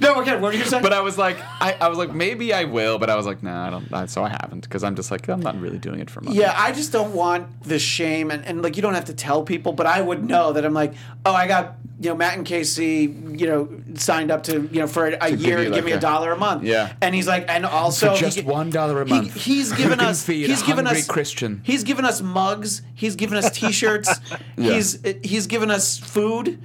Speaker 4: No, we're good. What were you gonna say?
Speaker 10: But I was like, I, I was like, maybe I will, but I was like, nah, I don't. I, so I haven't because I'm just like, I'm not really doing it for money.
Speaker 4: yeah, I just don't want the shame and, and like you don't have to tell people, but I would know that I'm like, oh, I got you know Matt and Casey, you know, signed up to you know for a, a
Speaker 10: give
Speaker 4: year
Speaker 10: you,
Speaker 4: to give
Speaker 10: like,
Speaker 4: me a
Speaker 10: a-
Speaker 4: dollar a month.
Speaker 10: Yeah.
Speaker 4: and he's like, and also
Speaker 10: For just
Speaker 4: he-
Speaker 10: $1 a
Speaker 4: he-
Speaker 10: month,
Speaker 4: he's given
Speaker 10: can
Speaker 4: us
Speaker 10: feed a
Speaker 4: he's given
Speaker 10: hungry
Speaker 4: us
Speaker 10: Christian.
Speaker 4: He's given us mugs. He's given us T-shirts. He's he's given us food.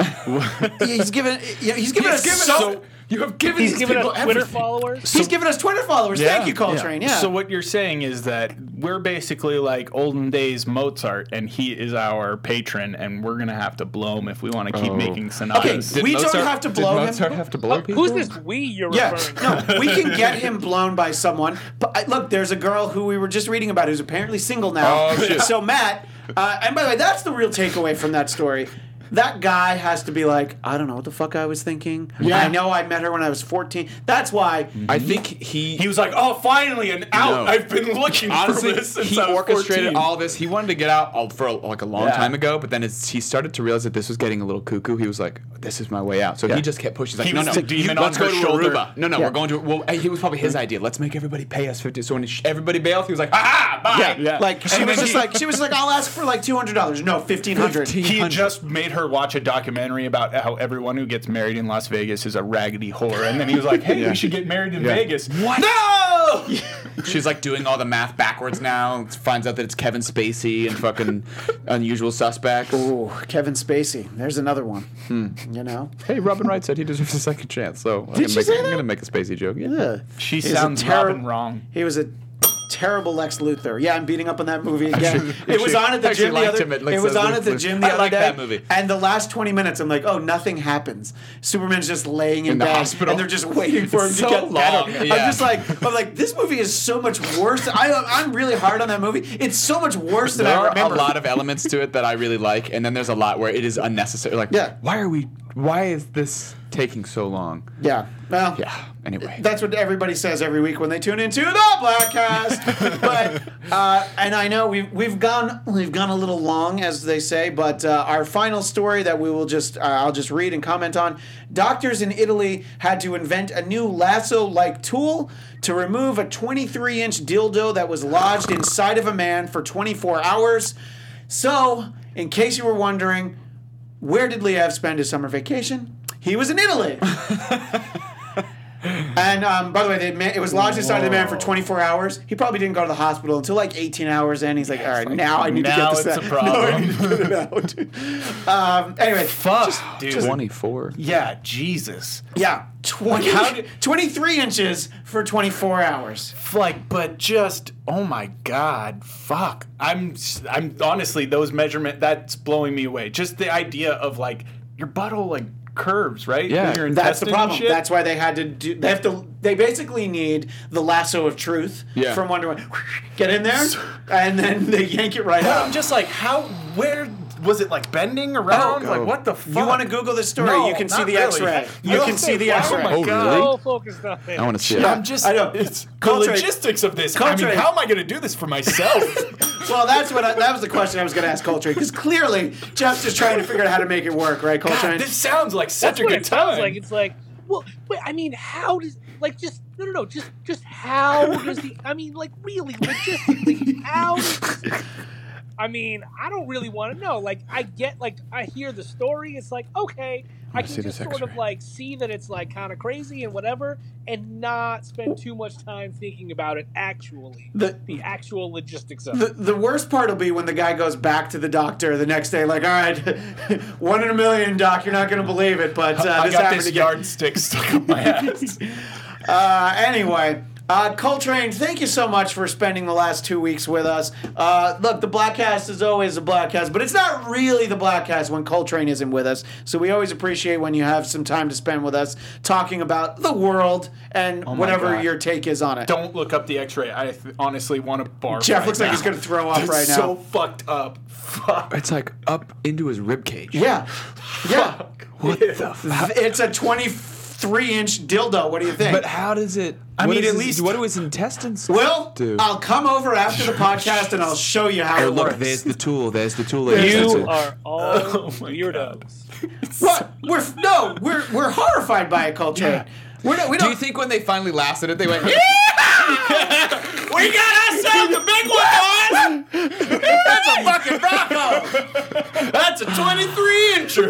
Speaker 4: he's given you know, he's given us soap.
Speaker 10: so you have given
Speaker 7: He's
Speaker 10: these
Speaker 7: giving
Speaker 10: people
Speaker 7: us Twitter
Speaker 10: everything.
Speaker 7: followers.
Speaker 4: He's giving us Twitter followers. Thank you,
Speaker 6: Yeah.
Speaker 4: Coltrane. Yeah.
Speaker 6: So what you're saying is that we're basically like olden days Mozart, and he is our patron, and we're gonna have to blow him if we want to keep
Speaker 10: Oh.
Speaker 6: making sonatas.
Speaker 4: Okay, We don't have to blow him.
Speaker 10: did Mozart have to blow people?
Speaker 7: Uh, Who's this we you're
Speaker 4: yeah,
Speaker 7: referring to?
Speaker 4: no, we can get him blown by someone. But I, look, there's a girl who we were just reading about who's apparently single now.
Speaker 10: Oh, shit.
Speaker 4: So Matt, uh, and by the way, that's the real takeaway from that story. That guy has to be like, I don't know what the fuck I was thinking.
Speaker 10: Yeah.
Speaker 4: I know I met her when I was 14. That's why
Speaker 10: I think he.
Speaker 6: He was like, "Oh, finally an
Speaker 10: No.
Speaker 6: out! I've been looking
Speaker 10: Honestly,
Speaker 6: for this since
Speaker 10: he
Speaker 6: I was
Speaker 10: orchestrated
Speaker 6: 14."
Speaker 10: all this. He wanted to get out all- for like a long
Speaker 6: Yeah.
Speaker 10: time ago, but then as he started to realize that this was getting a little cuckoo, he was like, "This is my way out." So he just kept pushing. He's like,
Speaker 6: He
Speaker 10: "No,
Speaker 6: was
Speaker 10: no,
Speaker 6: the demon
Speaker 10: you- let's go
Speaker 6: on her
Speaker 10: to
Speaker 6: shoulder."
Speaker 10: Aruba. No, no, we're going to." Well, he was probably his idea. Let's make everybody pay us fifty. So when sh- everybody bailed, he was like, "Ah, bye."
Speaker 4: like she was just like she was like, I'll ask for like two hundred dollars. No, fifteen hundred.
Speaker 6: He just made her her watch a documentary about how everyone who gets married in Las Vegas is a raggedy whore, and then he was like, "Hey, we should get married in Vegas." What? No!
Speaker 10: She's like doing all the math backwards now. Finds out that it's Kevin Spacey and fucking unusual suspects.
Speaker 4: Ooh, Kevin Spacey. There's another one.
Speaker 10: Hmm.
Speaker 4: You know?
Speaker 10: Hey, Robin Wright said he deserves a second chance, so I'm,
Speaker 4: Did she
Speaker 10: gonna, make,
Speaker 4: say
Speaker 10: I'm
Speaker 4: that?
Speaker 10: gonna make a Spacey joke. Yeah.
Speaker 4: Ugh.
Speaker 6: She
Speaker 4: He was a
Speaker 6: sounds
Speaker 4: terri-
Speaker 6: Robin wrong.
Speaker 4: He was a terrible Lex Luthor. Yeah, I'm beating up on that movie again. it was on at the
Speaker 10: actually
Speaker 4: gym the
Speaker 10: liked
Speaker 4: other.
Speaker 10: him at Lex
Speaker 4: It was on
Speaker 10: Luthor.
Speaker 4: at the gym the
Speaker 10: I
Speaker 4: other
Speaker 10: like
Speaker 4: day.
Speaker 10: that movie.
Speaker 4: And the last 20 minutes, I'm like, oh, nothing happens. Superman's just laying in,
Speaker 10: the
Speaker 4: bed,
Speaker 10: hospital.
Speaker 4: and they're just waiting for him
Speaker 10: It's
Speaker 4: to
Speaker 10: so
Speaker 4: get
Speaker 10: long,
Speaker 4: better. I'm
Speaker 10: yeah.
Speaker 4: just like, I'm like, this movie is so much worse. I, I'm really hard on that movie. It's so much worse than
Speaker 10: There
Speaker 4: I
Speaker 10: are a
Speaker 4: remember.
Speaker 10: lot of elements to it that I really like, and then there's a lot where it is unnecessary. Like,
Speaker 4: Yeah.
Speaker 10: why are we? Why is this taking so long?
Speaker 4: yeah. Well.
Speaker 10: Yeah. Anyway,
Speaker 4: That's what everybody says every week when they tune into the Blackcast. but uh, and I know we've we've gone we've gone a little long, as they say. But uh, our final story that we will just uh, I'll just read and comment on. Doctors in Italy had to invent a new lasso-like tool to remove a 23-inch dildo that was lodged inside of a man for 24 hours. So, in case you were wondering, where did Liev spend his summer vacation? He was in Italy. And um, by the way, they, ma- it was lodged inside the man for 24 hours. He probably didn't go to the hospital until like 18 hours in. He's like, all right, now I need
Speaker 6: now
Speaker 4: to get this out.
Speaker 6: it's a
Speaker 4: Now I
Speaker 6: problem.
Speaker 4: need to get it out. um, anyway,
Speaker 6: Fuck, dude.
Speaker 10: twenty-four.
Speaker 6: yeah, Jesus.
Speaker 4: yeah, 20,
Speaker 6: How did-
Speaker 4: 23 inches for 24 hours.
Speaker 6: like but just oh my god fuck i'm i'm honestly those measurement that's blowing me away just the idea of like your butthole like curves right
Speaker 10: Yeah,
Speaker 6: When you're
Speaker 4: That's the
Speaker 6: intestine
Speaker 4: problem.
Speaker 6: shit.
Speaker 4: That's why they had to do. They have to. They basically need the lasso of truth
Speaker 10: Yeah.
Speaker 4: from Wonder Woman. Get in there, and then they yank it right
Speaker 6: But
Speaker 4: out.
Speaker 6: i'm just like how where was it like bending around like what the fuck
Speaker 4: Oh, you want to Google the story?
Speaker 6: No,
Speaker 4: you can see
Speaker 6: not
Speaker 4: the
Speaker 6: really.
Speaker 4: X-ray.
Speaker 6: I
Speaker 4: You
Speaker 6: don't
Speaker 4: can see
Speaker 6: think-
Speaker 4: the
Speaker 6: wow,
Speaker 4: X-ray.
Speaker 6: my
Speaker 10: Oh,
Speaker 6: God.
Speaker 10: really?
Speaker 7: So focused on it.
Speaker 10: I want to see it.
Speaker 6: I'm just.
Speaker 4: I know.
Speaker 6: It's the
Speaker 4: Coltrane-
Speaker 6: logistics of this. I
Speaker 4: Coltrane-
Speaker 6: mean, how am I going to do this for myself?
Speaker 4: Well, that's what I, that was the question I was going to ask Coltrane because clearly Jeff's just trying to figure out how to make it work, right, Coltrane?
Speaker 6: God, this sounds like such
Speaker 7: That's
Speaker 6: a
Speaker 7: what
Speaker 6: good
Speaker 7: it
Speaker 6: time.
Speaker 7: sounds like. It's like, well, but I mean, how does like just no, no, no, just just how does the? I mean, like really, logistically, how? does- I mean, I don't really want to know. Like, I get like I hear the story. It's like okay, I
Speaker 10: see
Speaker 7: can
Speaker 10: this
Speaker 7: just sort of
Speaker 10: X-ray.
Speaker 7: like see that it's like kind of crazy and whatever, and not spend too much time thinking about it. Actually,
Speaker 4: The-
Speaker 7: the actual logistics of
Speaker 4: the,
Speaker 7: it.
Speaker 4: the worst part will be when the guy goes back to the doctor the next day, like, all right, one in a million, doc, you're not going to believe it, but uh,
Speaker 6: I
Speaker 4: this
Speaker 6: got
Speaker 4: happened
Speaker 6: this
Speaker 4: again.
Speaker 6: yardstick stuck up my ass.
Speaker 4: Uh, anyway, uh, Coltrane, thank you so much for spending the last two weeks with us. Uh, look, the Blackcast is always the Blackcast, but it's not really the Blackcast when Coltrane isn't with us. So we always appreciate when you have some time to spend with us talking about the world and
Speaker 10: Oh
Speaker 4: whatever
Speaker 6: God.
Speaker 4: your take is on it.
Speaker 6: Don't look up the X-ray. I th- honestly want to barf.
Speaker 4: Jeff
Speaker 6: right
Speaker 4: looks like
Speaker 6: now.
Speaker 4: he's going to throw up right now.
Speaker 6: So fucked up. Fuck.
Speaker 10: It's like up into his rib cage.
Speaker 4: yeah. Yeah. It's a 23 inch dildo. What do you think?
Speaker 10: But how does it? I
Speaker 6: mean, at least-
Speaker 10: what do his intestines?
Speaker 4: Will,
Speaker 10: do?
Speaker 4: I'll come over after the podcast and I'll show you how
Speaker 10: Oh,
Speaker 4: it
Speaker 10: look,
Speaker 4: works.
Speaker 10: there's the tool. There's the tool. That's
Speaker 7: You
Speaker 10: it.
Speaker 7: are all
Speaker 10: Oh
Speaker 7: weirdos.
Speaker 4: What? We're no, we're we're horrified by it, Coltrane. We're not, we
Speaker 10: Do
Speaker 4: don't.
Speaker 10: you think when they finally laughed at it, they went,
Speaker 4: we got ourselves a big one, boys? That's a fucking Bronco.
Speaker 6: That's a 23 incher.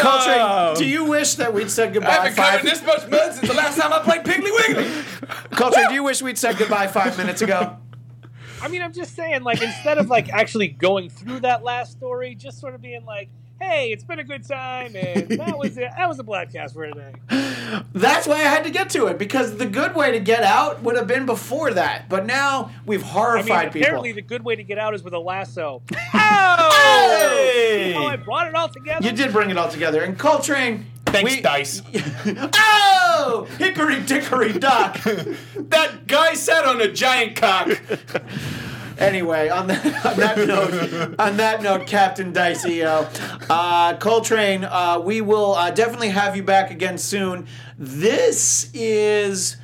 Speaker 4: Coltrane, do you wish that we'd said
Speaker 10: I've
Speaker 4: goodbye
Speaker 10: been covering
Speaker 4: five?
Speaker 10: this much mud since the last time I played Piggly Wiggly?
Speaker 4: Coltrane, do you wish we'd said goodbye five minutes ago?
Speaker 7: I mean, I'm just saying, like, instead of like actually going through that last story, just sort of being like, "Hey, it's been a good time, and that was it. That was a podcast for today."
Speaker 4: That's why I had to get to it because the good way to get out would have been before that. But now we've
Speaker 7: I mean,
Speaker 4: horrified people.
Speaker 7: apparently, the good way to get out is with a lasso. oh, See how I brought it all together.
Speaker 4: You did bring it all together. And Coltrane.
Speaker 6: Thanks,
Speaker 4: we-
Speaker 6: Dice.
Speaker 4: Oh! Hickory dickory dock.
Speaker 6: That guy sat on a giant cock.
Speaker 4: Anyway, on that, on that note, on that note, Captain Diceo, uh, Coltrane, uh, we will uh, definitely have you back again soon. This is,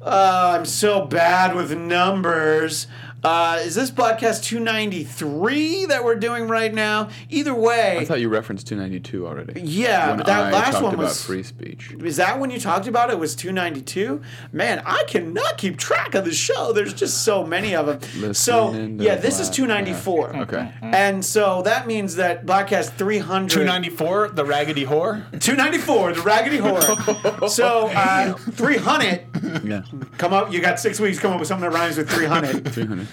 Speaker 4: uh, I'm so bad with numbers. Uh, is this podcast 293 that we're doing right now? Either way,
Speaker 10: I thought you referenced 292 already.
Speaker 4: Yeah,
Speaker 10: When
Speaker 4: but that
Speaker 10: I
Speaker 4: last
Speaker 10: talked
Speaker 4: one
Speaker 10: about
Speaker 4: was-
Speaker 10: free speech.
Speaker 4: is that when you talked about it was 292 man i cannot keep track of the show there's just so many of them so
Speaker 10: Listening to
Speaker 4: yeah this is
Speaker 10: Black-
Speaker 4: 294
Speaker 10: Okay.
Speaker 6: Mm-hmm.
Speaker 4: and so that means that podcast 300
Speaker 6: 294, the raggedy whore.
Speaker 4: 294 the raggedy whore so uh, 300
Speaker 10: Yeah.
Speaker 4: come up you got six weeks to come up with something that rhymes with 300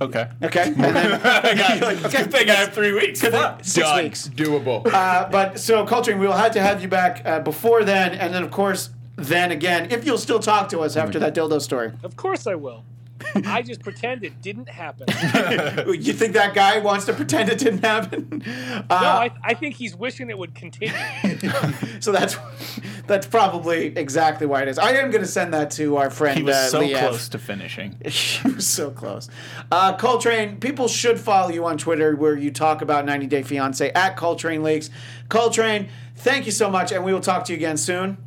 Speaker 6: Okay.
Speaker 4: okay and then you're like, okay
Speaker 6: They got three weeks.
Speaker 4: six
Speaker 10: Done.
Speaker 4: weeks
Speaker 10: Doable.
Speaker 4: Uh, but so culturing, we'll have to have you back uh, before then, and then of course, then again, if you'll still talk to us after that dildo story.
Speaker 7: Of course I will. I just pretend it didn't happen.
Speaker 4: You think that guy wants to pretend it didn't happen? Uh,
Speaker 7: No, I, I think he's wishing it would continue.
Speaker 4: so that's that's probably exactly why it is. I am going to send that to our friend.
Speaker 6: He was
Speaker 4: uh,
Speaker 6: so
Speaker 4: Lee F.
Speaker 6: close to finishing.
Speaker 4: He was so close. Uh, Coltrane, people should follow you on Twitter where you talk about 90 Day Fiance at Coltrane Leaks. Coltrane, thank you so much, and we will talk to you again soon.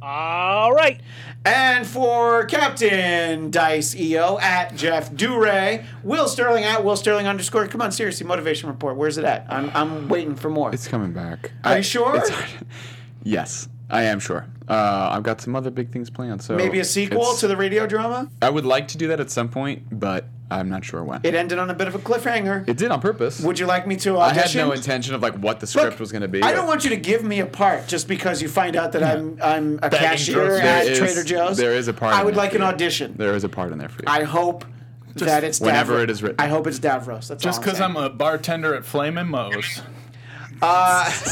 Speaker 7: All right.
Speaker 4: And for Captain Dice EO at Jeff Duray, Will Sterling at Will Sterling underscore. Come on, seriously, motivation report. Where's it at? I'm, I'm waiting for more.
Speaker 10: It's coming back.
Speaker 4: Are you sure?
Speaker 10: it's hard. Yes, I am sure. Uh, I've got some other big things planned. So
Speaker 4: Maybe a sequel
Speaker 10: it's-
Speaker 4: to the radio drama?
Speaker 10: I would like to do that at some point, but I'm not sure when.
Speaker 4: It
Speaker 10: It,
Speaker 4: ended on a bit of a cliffhanger.
Speaker 10: did on purpose.
Speaker 4: Would you like me to uh,
Speaker 10: I had
Speaker 4: audition?
Speaker 10: no intention of like what the
Speaker 4: Look,
Speaker 10: script was going to be.
Speaker 4: I don't want you to give me a part just because you find out that I'm I'm a cashier
Speaker 10: Joe's.
Speaker 4: at
Speaker 10: There is-
Speaker 4: Trader Joe's.
Speaker 10: there is a part
Speaker 4: I
Speaker 10: in
Speaker 4: would
Speaker 10: there
Speaker 4: like
Speaker 10: for
Speaker 4: an
Speaker 10: you.
Speaker 4: audition.
Speaker 10: There is a part in there for you.
Speaker 4: I hope that it's
Speaker 10: whenever
Speaker 4: Davros.
Speaker 10: it is written.
Speaker 4: I hope it's Davros. That's
Speaker 6: Just
Speaker 4: all I'm
Speaker 6: because I'm a bartender at Flamin' Moe's.
Speaker 4: Uh,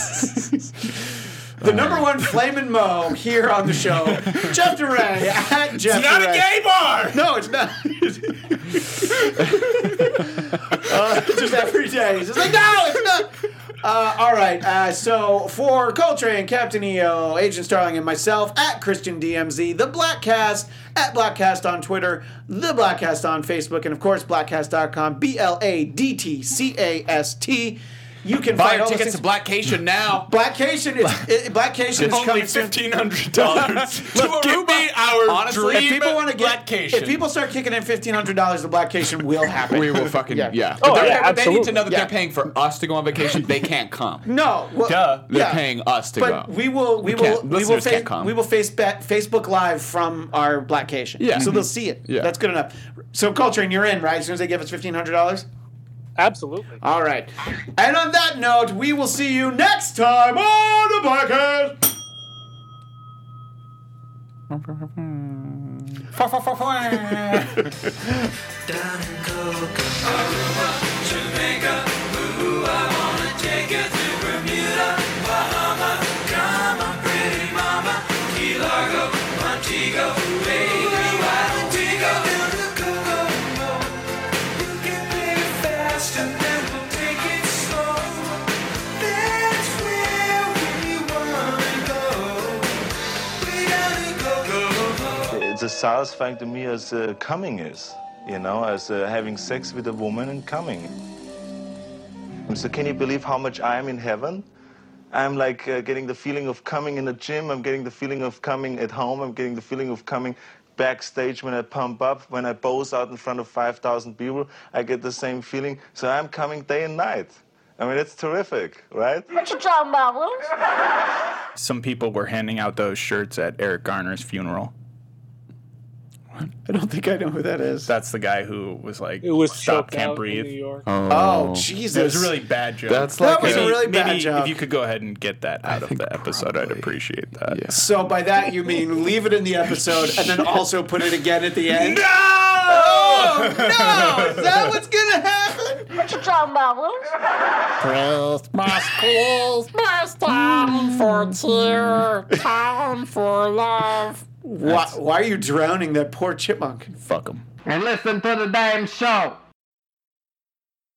Speaker 4: the number one flaming mo here on the show, Jeff Duray at Jeff. It's not a gay bar. No, it's not. Uh, just every day, he's just like, no, it's not. Uh, all right, uh, so for Coltrane, Captain EO, Agent Starling, and myself at Christian DMZ, the Blackcast at Blackcast on Twitter, the Blackcast on Facebook, and of course Blackcast.com, B L A D T C A S T. You can
Speaker 8: Buy
Speaker 4: find
Speaker 8: your
Speaker 4: all those
Speaker 8: tickets
Speaker 4: things-
Speaker 8: to Blackcation now.
Speaker 4: Blackcation is it, Blackcation is
Speaker 6: Only
Speaker 4: coming soon.
Speaker 6: fifteen hundred dollars. Give me our
Speaker 8: Honestly,
Speaker 6: dream
Speaker 4: If people want to get,
Speaker 6: vacation.
Speaker 4: if people start kicking in fifteen hundred dollars, the Blackcation will happen.
Speaker 10: we will fucking
Speaker 4: Yeah.
Speaker 10: yeah.
Speaker 7: Oh,
Speaker 10: But they're-
Speaker 7: yeah,
Speaker 10: but they need to
Speaker 7: absolutely.
Speaker 10: know that
Speaker 4: Yeah.
Speaker 10: they're paying for us to go on vacation. They can't come.
Speaker 4: No, well,
Speaker 6: Duh.
Speaker 10: They're
Speaker 4: yeah.
Speaker 10: paying us to
Speaker 4: But
Speaker 10: go.
Speaker 4: we will, we will,
Speaker 10: can't-
Speaker 4: we will,
Speaker 10: listeners
Speaker 4: face,
Speaker 10: can't come.
Speaker 4: we will face ba- Facebook Live from our Blackcation.
Speaker 10: Yeah.
Speaker 4: so they'll see it.
Speaker 10: Yeah.
Speaker 4: that's good enough. So Coltrane, you're in, right? As soon as they give us fifteen hundred dollars.
Speaker 7: Absolutely.
Speaker 4: All right. And on that note, we will see you next time on the Blackcast.
Speaker 14: It's as satisfying to me as uh, coming is, you know, as uh, having sex with a woman and coming. So can you believe how much I am in heaven? I'm like uh, getting the feeling of coming in the gym. I'm getting the feeling of coming at home. I'm getting the feeling of coming backstage when I pump up, when I pose out in front of 5,000 people. I get the same feeling. So I'm coming day and night. I mean, it's terrific, right?
Speaker 6: Some people were handing out those shirts at Eric Garner's funeral.
Speaker 4: I don't think I know who that is.
Speaker 6: That's the guy who was like,
Speaker 7: It was
Speaker 6: "Stop,
Speaker 7: choked
Speaker 6: can't
Speaker 7: out in New
Speaker 6: breathe."
Speaker 7: York.
Speaker 4: Oh,
Speaker 6: It
Speaker 4: Jesus!
Speaker 6: was a really bad joke.
Speaker 10: That's like
Speaker 4: was a
Speaker 10: a-
Speaker 4: really bad
Speaker 6: maybe
Speaker 4: joke.
Speaker 6: if you could go ahead and get that out of
Speaker 10: think
Speaker 6: the episode, I'd
Speaker 10: probably-
Speaker 6: appreciate that.
Speaker 10: Yeah.
Speaker 4: So by that you mean leave it in the episode and then also put it again at the end? No! no! Is that what's gonna happen?
Speaker 13: Christmas, Christmas, time for tear, time for love.
Speaker 4: Why, why are you drowning that poor chipmunk?
Speaker 6: Fuck him.
Speaker 2: And listen to the damn show.